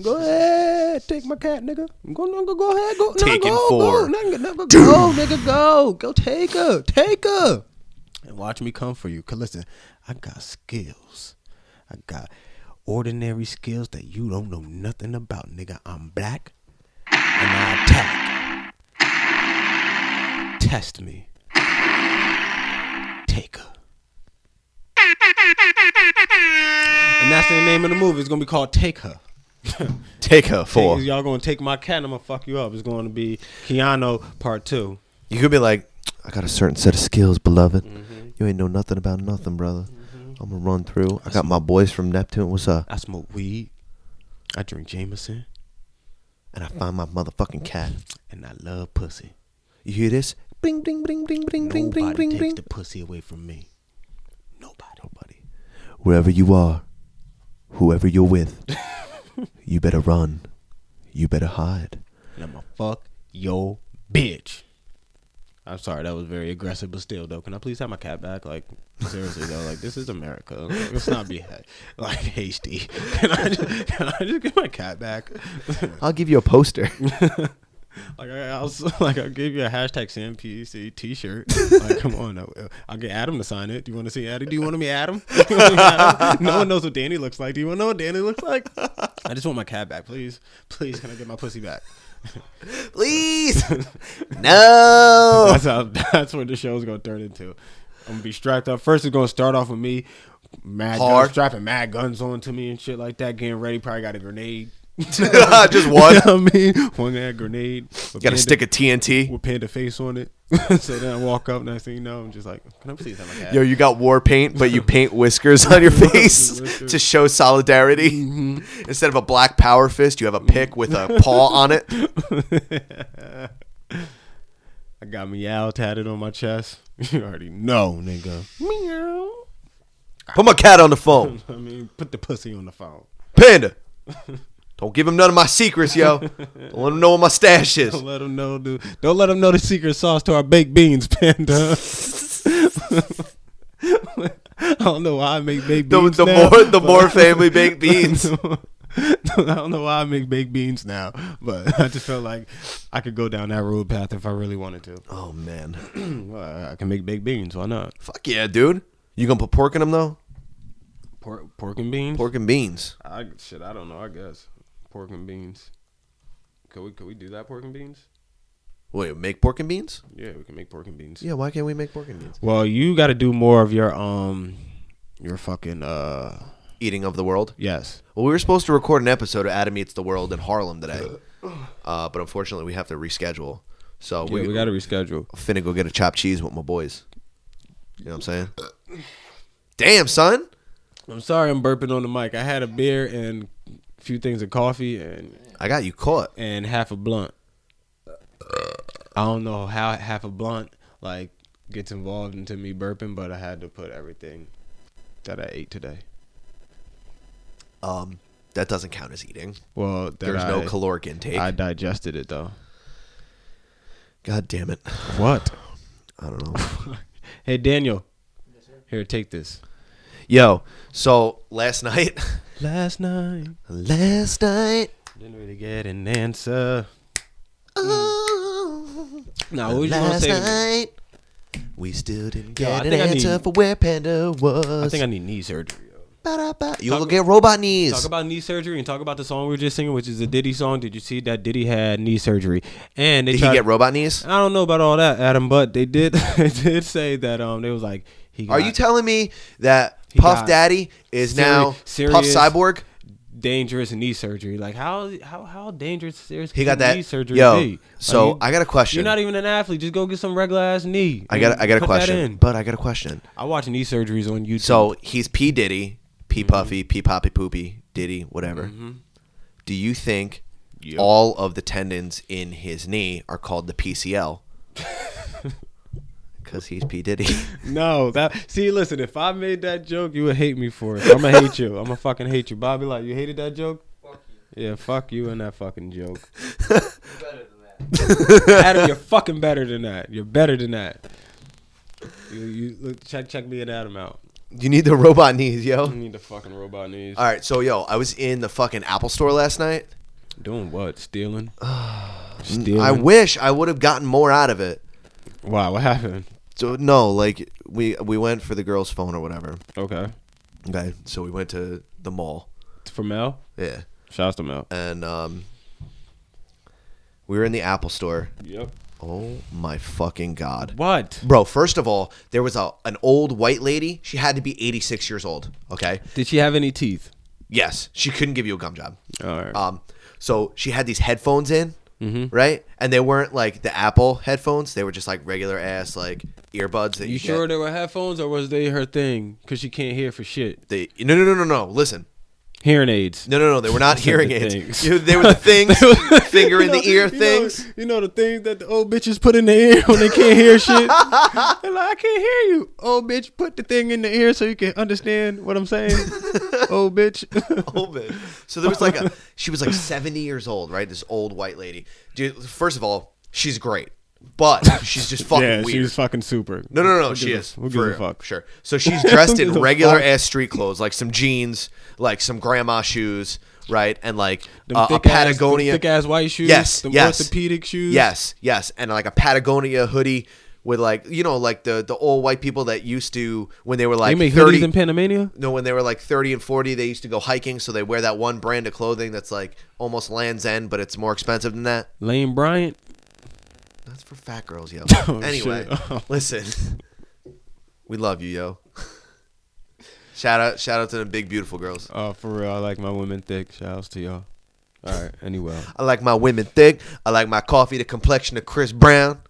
Speaker 3: go ahead, take my cat, nigga. Go, no, go, go ahead, go.
Speaker 7: Taken
Speaker 3: no, go,
Speaker 7: four.
Speaker 3: Go, nigga, no, go, go, nigga, go. Go take her, take her. And watch me come for you. Because listen, I got skills. I got ordinary skills that you don't know nothing about, nigga. I'm black and I attack. Test me. Take her. And that's the name of the movie. It's gonna be called Take Her.
Speaker 7: Take her for.
Speaker 3: Take- y'all gonna take my cat and I'm gonna fuck you up. It's gonna be Keanu part two.
Speaker 7: You could be like, I got a certain set of skills, beloved. You ain't know nothing about nothing, brother. I'm gonna run through. I got my boys from Neptune. What's up?
Speaker 3: I smoke weed. I drink Jameson
Speaker 7: And I find my motherfucking cat.
Speaker 3: and I love pussy.
Speaker 7: You hear this? Bing, bing, bing, bing, bing, bing, bing, bing, bing.
Speaker 3: pussy away from me.
Speaker 7: Nobody. Nobody. Wherever you are, whoever you're with, you better run. You better hide.
Speaker 3: And I'm gonna fuck yo bitch. I'm sorry, that was very aggressive, but still though, can I please have my cat back? Like seriously though, like this is America. Like, let's not be ha- like hasty. Can I just, can I just get my cat back?
Speaker 7: I'll give you a poster.
Speaker 3: Like I, I'll s- like I'll give you a hashtag CMPC T-shirt. Like come on, I'll, I'll get Adam to sign it. Do you want to see Adam? Do you want to be Adam? Do you wanna be Adam? No one knows what Danny looks like. Do you want to know what Danny looks like? I just want my cat back, please. Please, can I get my pussy back?
Speaker 7: Please. no.
Speaker 3: That's how. That's what the show's gonna turn into. I'm gonna be strapped up. First, it's gonna start off with me, mad
Speaker 7: Hard.
Speaker 3: guns, strapping mad guns onto me and shit like that. Getting ready. Probably got a grenade.
Speaker 7: Just one.
Speaker 3: You know what I mean, one mad grenade.
Speaker 7: You gotta stick a TNT.
Speaker 3: with panda face on it. so then I walk up, next thing you know, I'm just like, "Can I please have my cat?"
Speaker 7: Yo, you got war paint, but you paint whiskers Mm-hmm. on your face
Speaker 3: Whiskers.
Speaker 7: to show solidarity. Instead of a black power fist, you have a pick with a paw on it.
Speaker 3: I got meow tatted on my chest. you already know, nigga. Meow.
Speaker 7: Put my cat on the phone.
Speaker 3: I mean, put the pussy on the phone.
Speaker 7: Panda. Don't give him none of my secrets, yo. Don't let him know what my stash is.
Speaker 3: Don't let them know the. Don't let them know the secret sauce to our baked beans, panda. I don't know why I make baked
Speaker 7: The,
Speaker 3: beans
Speaker 7: the
Speaker 3: now,
Speaker 7: more the
Speaker 3: but-
Speaker 7: more family baked beans.
Speaker 3: I don't know why I make baked beans now, but I just felt like I could go down that road path if I really wanted to.
Speaker 7: Oh man.
Speaker 3: Well, I- I can make baked beans. Why not?
Speaker 7: Fuck yeah, dude. You gonna put pork in them though?
Speaker 3: Pork, pork and beans.
Speaker 7: Pork and beans.
Speaker 3: I shit. I don't know. I guess pork and beans. Could we could we do that pork and beans?
Speaker 7: Wait, make pork and beans?
Speaker 3: Yeah, we can make pork and beans.
Speaker 7: Yeah, why can't we make pork and beans?
Speaker 3: Well, you got to do more of your um, your fucking uh.
Speaker 7: Eating of the world.
Speaker 3: Yes.
Speaker 7: Well, we were supposed to record an episode of Adam Eats the World in Harlem today, uh, but unfortunately we have to reschedule. So we,
Speaker 3: got to reschedule.
Speaker 7: finna go get a chopped cheese with my boys. You know what I'm saying? Damn, son.
Speaker 3: I'm sorry, I'm burping on the mic. I had a beer and a few things of coffee and
Speaker 7: I got you caught.
Speaker 3: and half a blunt. I don't know how half a blunt like gets involved into me burping, but I had to put everything that I ate today.
Speaker 7: Um, that doesn't count as eating.
Speaker 3: Well, that
Speaker 7: There's
Speaker 3: I,
Speaker 7: no caloric intake.
Speaker 3: I digested it though.
Speaker 7: God damn it.
Speaker 3: What?
Speaker 7: I don't know.
Speaker 3: Hey Daniel, here take this.
Speaker 7: Yo, so last night,
Speaker 3: Last night
Speaker 7: last night,
Speaker 3: didn't really get an answer.
Speaker 7: oh,
Speaker 3: No, Mm. what was you gonna
Speaker 7: last
Speaker 3: say? to me?
Speaker 7: night, we still didn't
Speaker 3: Yo, I
Speaker 7: get an
Speaker 3: think I
Speaker 7: answer
Speaker 3: need-
Speaker 7: for where Panda
Speaker 3: I
Speaker 7: was.
Speaker 3: think I need knee surgery. yo.
Speaker 7: Ba-da-ba. You'll get robot knees.
Speaker 3: Talk about knee surgery and talk about the song we were just singing, which is the Diddy song. Did you see that Diddy had knee surgery? And they
Speaker 7: Did he
Speaker 3: tried,
Speaker 7: get robot knees?
Speaker 3: I don't know about all that, Adam, but they did they did say that um they was like he got
Speaker 7: Are you telling me that
Speaker 3: He
Speaker 7: Puff
Speaker 3: got
Speaker 7: Daddy is
Speaker 3: seri-
Speaker 7: now Puff
Speaker 3: serious-
Speaker 7: Cyborg?
Speaker 3: dangerous knee surgery. Like how how how dangerous serious
Speaker 7: He got
Speaker 3: can
Speaker 7: that-
Speaker 3: knee surgery
Speaker 7: yo,
Speaker 3: be?
Speaker 7: so
Speaker 3: Like, you-
Speaker 7: I got a question.
Speaker 3: You're not even an athlete. Just go get some regular ass knee.
Speaker 7: I got
Speaker 3: and
Speaker 7: I got a
Speaker 3: put that
Speaker 7: question.
Speaker 3: in.
Speaker 7: But I got a question.
Speaker 3: I watch knee surgeries on YouTube.
Speaker 7: So he's P Diddy, P Puffy, P Poppy Poopy, Diddy, whatever. Do you think
Speaker 3: Yep.
Speaker 7: all of the tendons in his knee are called the PCL? Because he's P Diddy.
Speaker 3: No, that see, listen. If I made that joke, you would hate me for it. I'm gonna hate you. I'm gonna fucking hate you, Bobby. Like you hated that joke. Yeah, fuck you and that fucking joke. Adam, you're fucking better than that. You're better than that. You, you look, check check me and Adam out.
Speaker 7: you need the robot knees,
Speaker 3: I
Speaker 7: yo.
Speaker 3: need the fucking robot knees.
Speaker 7: All right, so yo, I was in the fucking Apple store last night.
Speaker 3: Doing what? Stealing. Stealing.
Speaker 7: I wish I would have gotten more out of it.
Speaker 3: wow, what happened?
Speaker 7: So no, like we we went for the girl's phone or whatever.
Speaker 3: Okay,
Speaker 7: Okay, so we went to the mall.
Speaker 3: for Mel.
Speaker 7: Yeah,
Speaker 3: Shouts to Mel.
Speaker 7: and um, we were in the Apple store.
Speaker 3: Yep.
Speaker 7: Oh my fucking god.
Speaker 3: What?
Speaker 7: Bro, first of all, there was a an old white lady. She had to be 86 years old. Okay.
Speaker 3: Did she have any teeth? Ah.
Speaker 7: Yes, she couldn't give you a gum job.
Speaker 3: All right. Mm-hmm.
Speaker 7: Um, so she had these headphones in, right? And they weren't like the Apple headphones; they were just like regular ass like earbuds that you,
Speaker 3: You sure
Speaker 7: Get.
Speaker 3: they were headphones or was they her thing? Because she can't hear for shit.
Speaker 7: They, no, no, no, no, no. Listen,
Speaker 3: Hearing aids.
Speaker 7: no, no, no. They were not
Speaker 3: Those are
Speaker 7: hearing
Speaker 3: the
Speaker 7: aids.
Speaker 3: things.
Speaker 7: You know, they were the things, finger in
Speaker 3: You
Speaker 7: the
Speaker 3: know-
Speaker 7: ear
Speaker 3: you know-
Speaker 7: things.
Speaker 3: you know the things that the old bitches put in the ear when they can't hear shit. They're like, I can't hear you, old bitch. Put the thing in the ear so you can understand what I'm saying, old bitch.
Speaker 7: old bitch. So there was like a she was like 70 years old, right? This old white lady. Dude, first of all, she's great. But she's just fucking
Speaker 3: yeah,
Speaker 7: weird.
Speaker 3: she's fucking super.
Speaker 7: no, no, no,
Speaker 3: Who
Speaker 7: she
Speaker 3: gives
Speaker 7: is.
Speaker 3: a- Who
Speaker 7: for
Speaker 3: gives a fuck?
Speaker 7: Sure. So she's dressed in
Speaker 3: gives a
Speaker 7: regular
Speaker 3: fuck?
Speaker 7: ass street clothes, like some jeans, like some grandma shoes, right? And like
Speaker 3: Them
Speaker 7: uh, a
Speaker 3: thick ass- them
Speaker 7: Patagonia
Speaker 3: thick ass white shoes.
Speaker 7: Yes,
Speaker 3: them
Speaker 7: yes.
Speaker 3: orthopedic shoes.
Speaker 7: Yes, yes, and like a Patagonia hoodie with like you know like the the old white people that used to when they were
Speaker 3: they
Speaker 7: like
Speaker 3: make
Speaker 7: 30
Speaker 3: hoodies in Panamania.
Speaker 7: no, when they were like 30 and 40, they used to go hiking, so they wear that one brand of clothing that's like almost Land's End, but it's more expensive than that.
Speaker 3: Lane Bryant.
Speaker 7: That's for fat girls, yo.
Speaker 3: Oh,
Speaker 7: anyway,
Speaker 3: shit.
Speaker 7: listen. We love you, yo. shout out shout out to the big beautiful girls.
Speaker 3: Oh, for real, I like my women thick. Shouts to y'all. All right. Anyway,
Speaker 7: I like my women thick. I like my coffee the complexion of Chris Brown.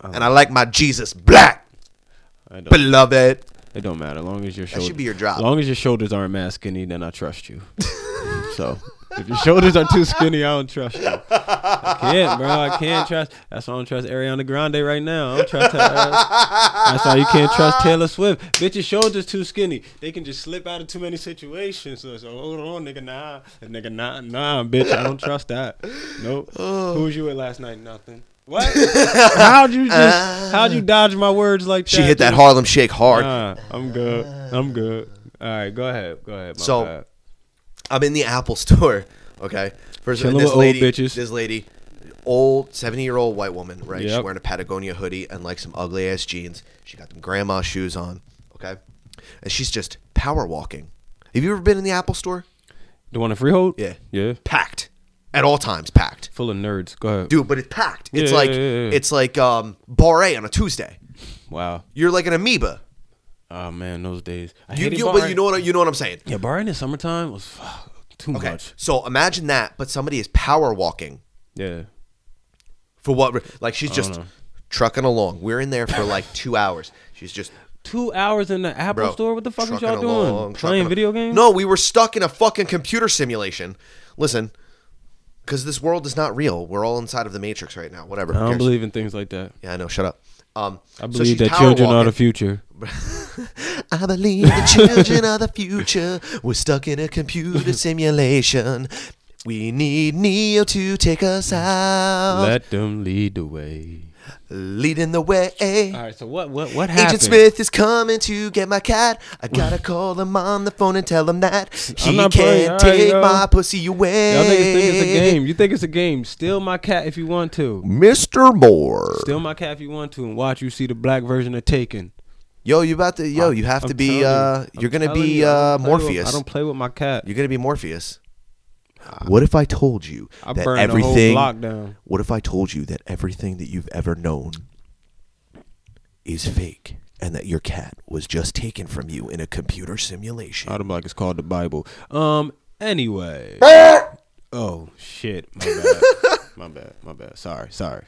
Speaker 3: Uh-huh.
Speaker 7: and I like my Jesus black.
Speaker 3: I don't,
Speaker 7: Beloved.
Speaker 3: it don't matter. As long as your
Speaker 7: should
Speaker 3: shoulders,
Speaker 7: be your drop.
Speaker 3: As long as your shoulders aren't mad skinny, then I trust you. so if your shoulders are too skinny, I don't trust you. I can't, bro. I can't trust. That's why I don't trust Ariana Grande right now. I don't trust her. ass. That's why you can't trust Taylor Swift. Bitch, your shoulders too skinny. They can just slip out of too many situations. So, so hold on, nigga, nah, nigga, nah, nah, bitch. I don't trust that. Nope.
Speaker 7: Oh.
Speaker 3: Who was you with last night? Nothing. What? how'd you just? How'd you dodge my words like that?
Speaker 7: She hit that
Speaker 3: dude?
Speaker 7: Harlem shake hard.
Speaker 3: Nah, I'm good. I'm good. All right, go ahead. Go ahead. My
Speaker 7: So,
Speaker 3: bad.
Speaker 7: I'm in the Apple store. Okay. First
Speaker 3: Chilling
Speaker 7: this
Speaker 3: with old
Speaker 7: lady,
Speaker 3: bitches.
Speaker 7: This lady, old 70 year old white woman, right? She's
Speaker 3: Yep.
Speaker 7: wearing a Patagonia hoodie and like some ugly ass jeans. She got them grandma shoes on. Okay. And she's just power walking. Have you ever been in the Apple store?
Speaker 3: the one in Freehold.
Speaker 7: Yeah.
Speaker 3: yeah,
Speaker 7: Packed. At all times, packed.
Speaker 3: full of nerds. Go ahead.
Speaker 7: Dude, but it's packed. It's
Speaker 3: Yeah,
Speaker 7: like
Speaker 3: yeah, yeah, yeah.
Speaker 7: it's like um bar A on a Tuesday.
Speaker 3: Wow.
Speaker 7: You're like an amoeba.
Speaker 3: Oh man, those days. I
Speaker 7: You,
Speaker 3: hated
Speaker 7: you,
Speaker 3: bar-
Speaker 7: but you know what you know what I'm saying.
Speaker 3: Yeah, bar in the summertime was fuck, too
Speaker 7: Okay.
Speaker 3: much.
Speaker 7: So imagine that, but somebody is power walking
Speaker 3: Yeah.
Speaker 7: for what? re- Like she's just
Speaker 3: know.
Speaker 7: trucking along. We're in there for like two hours. She's just
Speaker 3: Two hours in the Apple
Speaker 7: bro.
Speaker 3: Store. What the fuck is
Speaker 7: trucking
Speaker 3: y'all doing?
Speaker 7: along,
Speaker 3: Playing
Speaker 7: trucking-
Speaker 3: video games?
Speaker 7: No, we were stuck in a fucking computer simulation. Listen, because this world is not real. We're all inside of the matrix right now. Whatever.
Speaker 3: I
Speaker 7: who
Speaker 3: don't
Speaker 7: cares?
Speaker 3: believe in things like that.
Speaker 7: Yeah, I know. Shut up. Um,
Speaker 3: I
Speaker 7: so
Speaker 3: believe
Speaker 7: she's
Speaker 3: that
Speaker 7: power
Speaker 3: children are
Speaker 7: walking.
Speaker 3: the future.
Speaker 7: I believe the children are the future. We're stuck in a computer simulation. We need Neo to take us out,
Speaker 3: Let them lead the way.
Speaker 7: leading the way.
Speaker 3: All right. So what? What? What happened?
Speaker 7: Agent Smith is coming to get my cat. I gotta call him on the phone and tell him that he
Speaker 3: not
Speaker 7: can't
Speaker 3: playing. All right,
Speaker 7: take
Speaker 3: yo.
Speaker 7: my pussy away.
Speaker 3: Y'all niggas think it's a game. You think it's a game. Steal my cat if you want to.
Speaker 7: Mr. Moore.
Speaker 3: Steal my cat if you want to, and watch you see the black version of Taken.
Speaker 7: Yo, you about to? Yo, you have to
Speaker 3: I'm
Speaker 7: be.
Speaker 3: telling
Speaker 7: uh
Speaker 3: I'm
Speaker 7: You're gonna
Speaker 3: telling
Speaker 7: be
Speaker 3: you, I
Speaker 7: uh
Speaker 3: don't play with-
Speaker 7: Morpheus.
Speaker 3: I don't play with my cat.
Speaker 7: You're gonna be Morpheus. What if I told you
Speaker 3: I
Speaker 7: that
Speaker 3: burned
Speaker 7: everything?
Speaker 3: the whole block down.
Speaker 7: What if I told you that everything that you've ever known is fake, and that your cat was just taken from you in a computer simulation?
Speaker 3: Out of block is called the Bible. Um. Anyway. oh shit. My bad. my bad. My bad. Sorry. Sorry.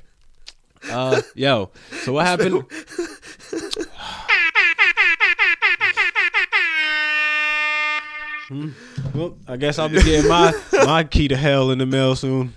Speaker 3: Uh. Yo. So what happened? Hmm. Well, I guess I'll be getting my my key to hell in the mail soon.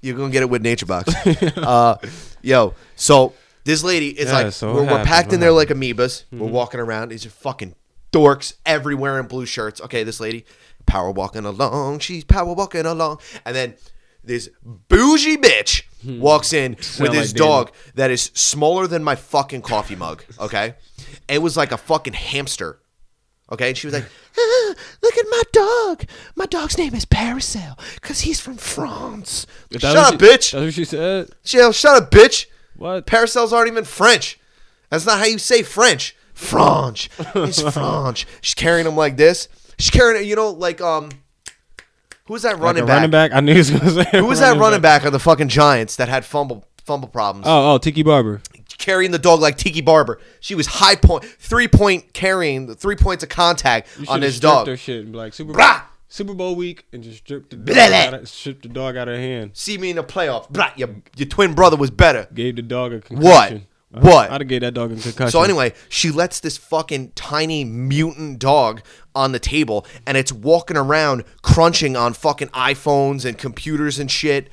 Speaker 7: You're gonna get it with Nature Box. uh, yo, so this lady is
Speaker 3: Yeah,
Speaker 7: like,
Speaker 3: so what
Speaker 7: we're, we're
Speaker 3: happened?
Speaker 7: packed
Speaker 3: What
Speaker 7: in there like amoebas. We're
Speaker 3: Mm-hmm.
Speaker 7: walking around. These are fucking dorks everywhere in blue shirts. Okay, this lady power walking along. She's power walking along, and then this bougie bitch walks in with
Speaker 3: Hmm. like
Speaker 7: this
Speaker 3: David.
Speaker 7: dog that is smaller than my fucking coffee mug. Okay, it was like a fucking hamster. Okay, and she was like, "Ah, "Look at my dog. My dog's name is Paracel because he's from France."
Speaker 3: That's
Speaker 7: Shut
Speaker 3: what
Speaker 7: up,
Speaker 3: she-
Speaker 7: bitch.
Speaker 3: That's what she said.
Speaker 7: Shell, shut up, bitch.
Speaker 3: What?
Speaker 7: Paracels aren't even French. That's not how you say French. French. It's French. She's carrying him like this. She's carrying it, you know, like, um, who's that
Speaker 3: Like a
Speaker 7: running back?
Speaker 3: Running back. I knew he was gonna say.
Speaker 7: Who was that running back. on the fucking Giants that had fumble fumble problems?
Speaker 3: Oh, oh, Tiki Barber.
Speaker 7: carrying the dog like Tiki Barber. She was high point, three point carrying, three points of contact
Speaker 3: You
Speaker 7: on
Speaker 3: should've
Speaker 7: this
Speaker 3: stripped
Speaker 7: dog.
Speaker 3: Her shit and be like Super.
Speaker 7: Brah!
Speaker 3: Super Bowl week and just stripped the dog out of, stripped the dog out of her hand.
Speaker 7: See me in the playoffs. Blah, your, your twin brother was better.
Speaker 3: Gave the dog a
Speaker 7: What?
Speaker 3: concussion.
Speaker 7: What?
Speaker 3: I'd have gave that dog a concussion.
Speaker 7: So anyway, she lets this fucking tiny mutant dog on the table, and it's walking around crunching on fucking iPhones and computers and shit.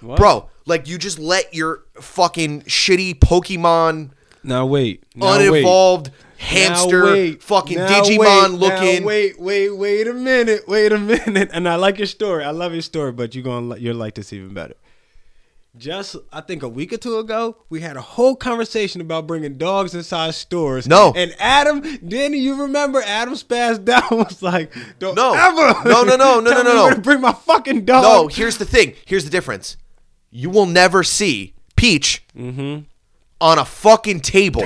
Speaker 7: Bro, like you just let your fucking shitty Pokemon
Speaker 3: now wait, now wait.
Speaker 7: unevolved hamster
Speaker 3: Now wait.
Speaker 7: fucking
Speaker 3: Now
Speaker 7: Digimon
Speaker 3: wait.
Speaker 7: looking.
Speaker 3: Now wait, wait, wait a minute, wait a minute. And I like your story. I love your story, but you're gonna li- you'll like this even better. Just I think a week or two ago, we had a whole conversation about bringing dogs inside stores.
Speaker 7: No.
Speaker 3: and Adam, then you remember Adam spazzed out and was like, "Don't
Speaker 7: No.
Speaker 3: ever,
Speaker 7: No, no, no, no,
Speaker 3: tell
Speaker 7: no, no,
Speaker 3: me
Speaker 7: no.
Speaker 3: where to bring my fucking dog."
Speaker 7: No, here's the thing. Here's the difference. You will never see Peach
Speaker 3: Mm-hmm.
Speaker 7: on a fucking table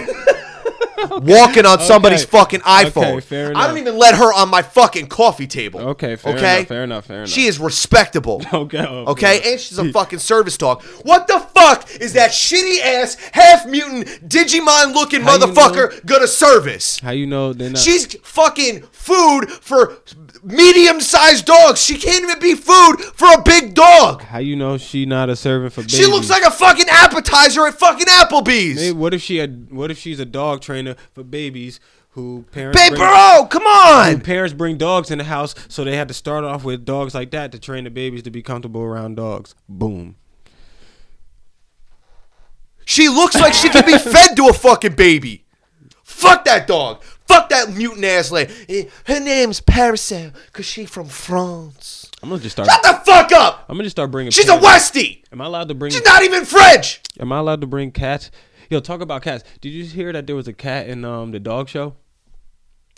Speaker 7: walking on somebody's fucking iPhone.
Speaker 3: Okay, fair
Speaker 7: I
Speaker 3: enough.
Speaker 7: don't even let her on my fucking coffee table.
Speaker 3: Okay, fair enough, fair enough, fair enough.
Speaker 7: She is respectable.
Speaker 3: Okay, oh,
Speaker 7: Okay,
Speaker 3: fair.
Speaker 7: and she's a fucking service dog. What the fuck is that shitty ass, half mutant, Digimon looking
Speaker 3: How you
Speaker 7: motherfucker
Speaker 3: know?
Speaker 7: gonna service?
Speaker 3: How you know they're not?
Speaker 7: She's fucking food for medium sized dogs. She can't even be food for a big dog.
Speaker 3: how you know she not a servant for?
Speaker 7: She looks like a fucking appetizer at fucking Applebee's.
Speaker 3: Hey, what if she had? What if she's a dog trainer for babies who parents
Speaker 7: Babe,
Speaker 3: bring,
Speaker 7: bro, Oh, come
Speaker 3: who
Speaker 7: on.
Speaker 3: parents bring dogs in the house, so they had to start off with dogs like that to train the babies to be comfortable around dogs. Boom.
Speaker 7: She looks like she could be fed to a fucking baby. Fuck that dog. Fuck that mutant ass lady. Eh, Her name's Paracel because she from France.
Speaker 3: I'm gonna just start.
Speaker 7: Shut the fuck up.
Speaker 3: I'm gonna just start bringing.
Speaker 7: She's a
Speaker 3: parents-
Speaker 7: Westie.
Speaker 3: Am I allowed to bring?
Speaker 7: She's not even French.
Speaker 3: Am I allowed to bring cats? Yo, talk about cats. Did you hear that there was a cat in um the dog show?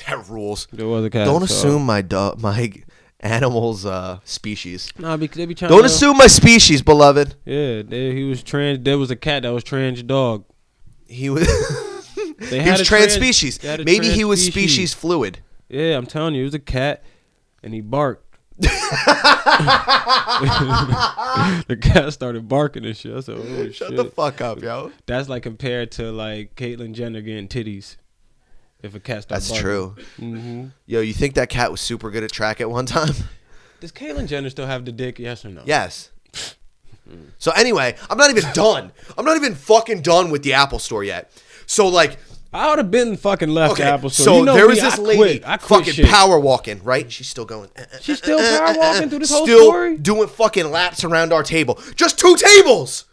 Speaker 7: That rules. uh,
Speaker 3: There was a cat.
Speaker 7: Don't
Speaker 3: so-
Speaker 7: assume my dog, my animal's uh, species.
Speaker 3: Nah, because they be trying.
Speaker 7: Don't
Speaker 3: to,
Speaker 7: assume my species, beloved.
Speaker 3: Yeah, they, he was trans. There was a cat that was trans dog.
Speaker 7: He was.
Speaker 3: They
Speaker 7: he
Speaker 3: had
Speaker 7: was
Speaker 3: a
Speaker 7: trans,
Speaker 3: trans-
Speaker 7: species.
Speaker 3: they had a
Speaker 7: Maybe
Speaker 3: trans
Speaker 7: he was
Speaker 3: species.
Speaker 7: species. fluid.
Speaker 3: Yeah, I'm telling you, it was a cat, and he barked. the cat started barking and shit. I said, "Oh
Speaker 7: Shut
Speaker 3: shit!"
Speaker 7: the fuck up, yo.
Speaker 3: That's like compared to like Caitlyn Jenner getting titties. If a cat starts,
Speaker 7: That's true.
Speaker 3: hmm
Speaker 7: Yo, you think that cat was super good at track at one time?
Speaker 3: Does Caitlyn Jenner still have the dick? Yes or no?
Speaker 7: Yes. So anyway, I'm not even done. I'm not even fucking done with the Apple Store yet. So like,
Speaker 3: I would have been fucking left
Speaker 7: okay,
Speaker 3: the Apple Store.
Speaker 7: so
Speaker 3: you know
Speaker 7: there
Speaker 3: me,
Speaker 7: was this
Speaker 3: I
Speaker 7: lady
Speaker 3: quit. I quit
Speaker 7: fucking
Speaker 3: shit.
Speaker 7: power walking, right? She's still going. eh, eh,
Speaker 3: She's still
Speaker 7: eh, eh,
Speaker 3: power
Speaker 7: eh,
Speaker 3: walking
Speaker 7: eh,
Speaker 3: through this whole
Speaker 7: still
Speaker 3: story?
Speaker 7: doing fucking laps around our table. Just two tables.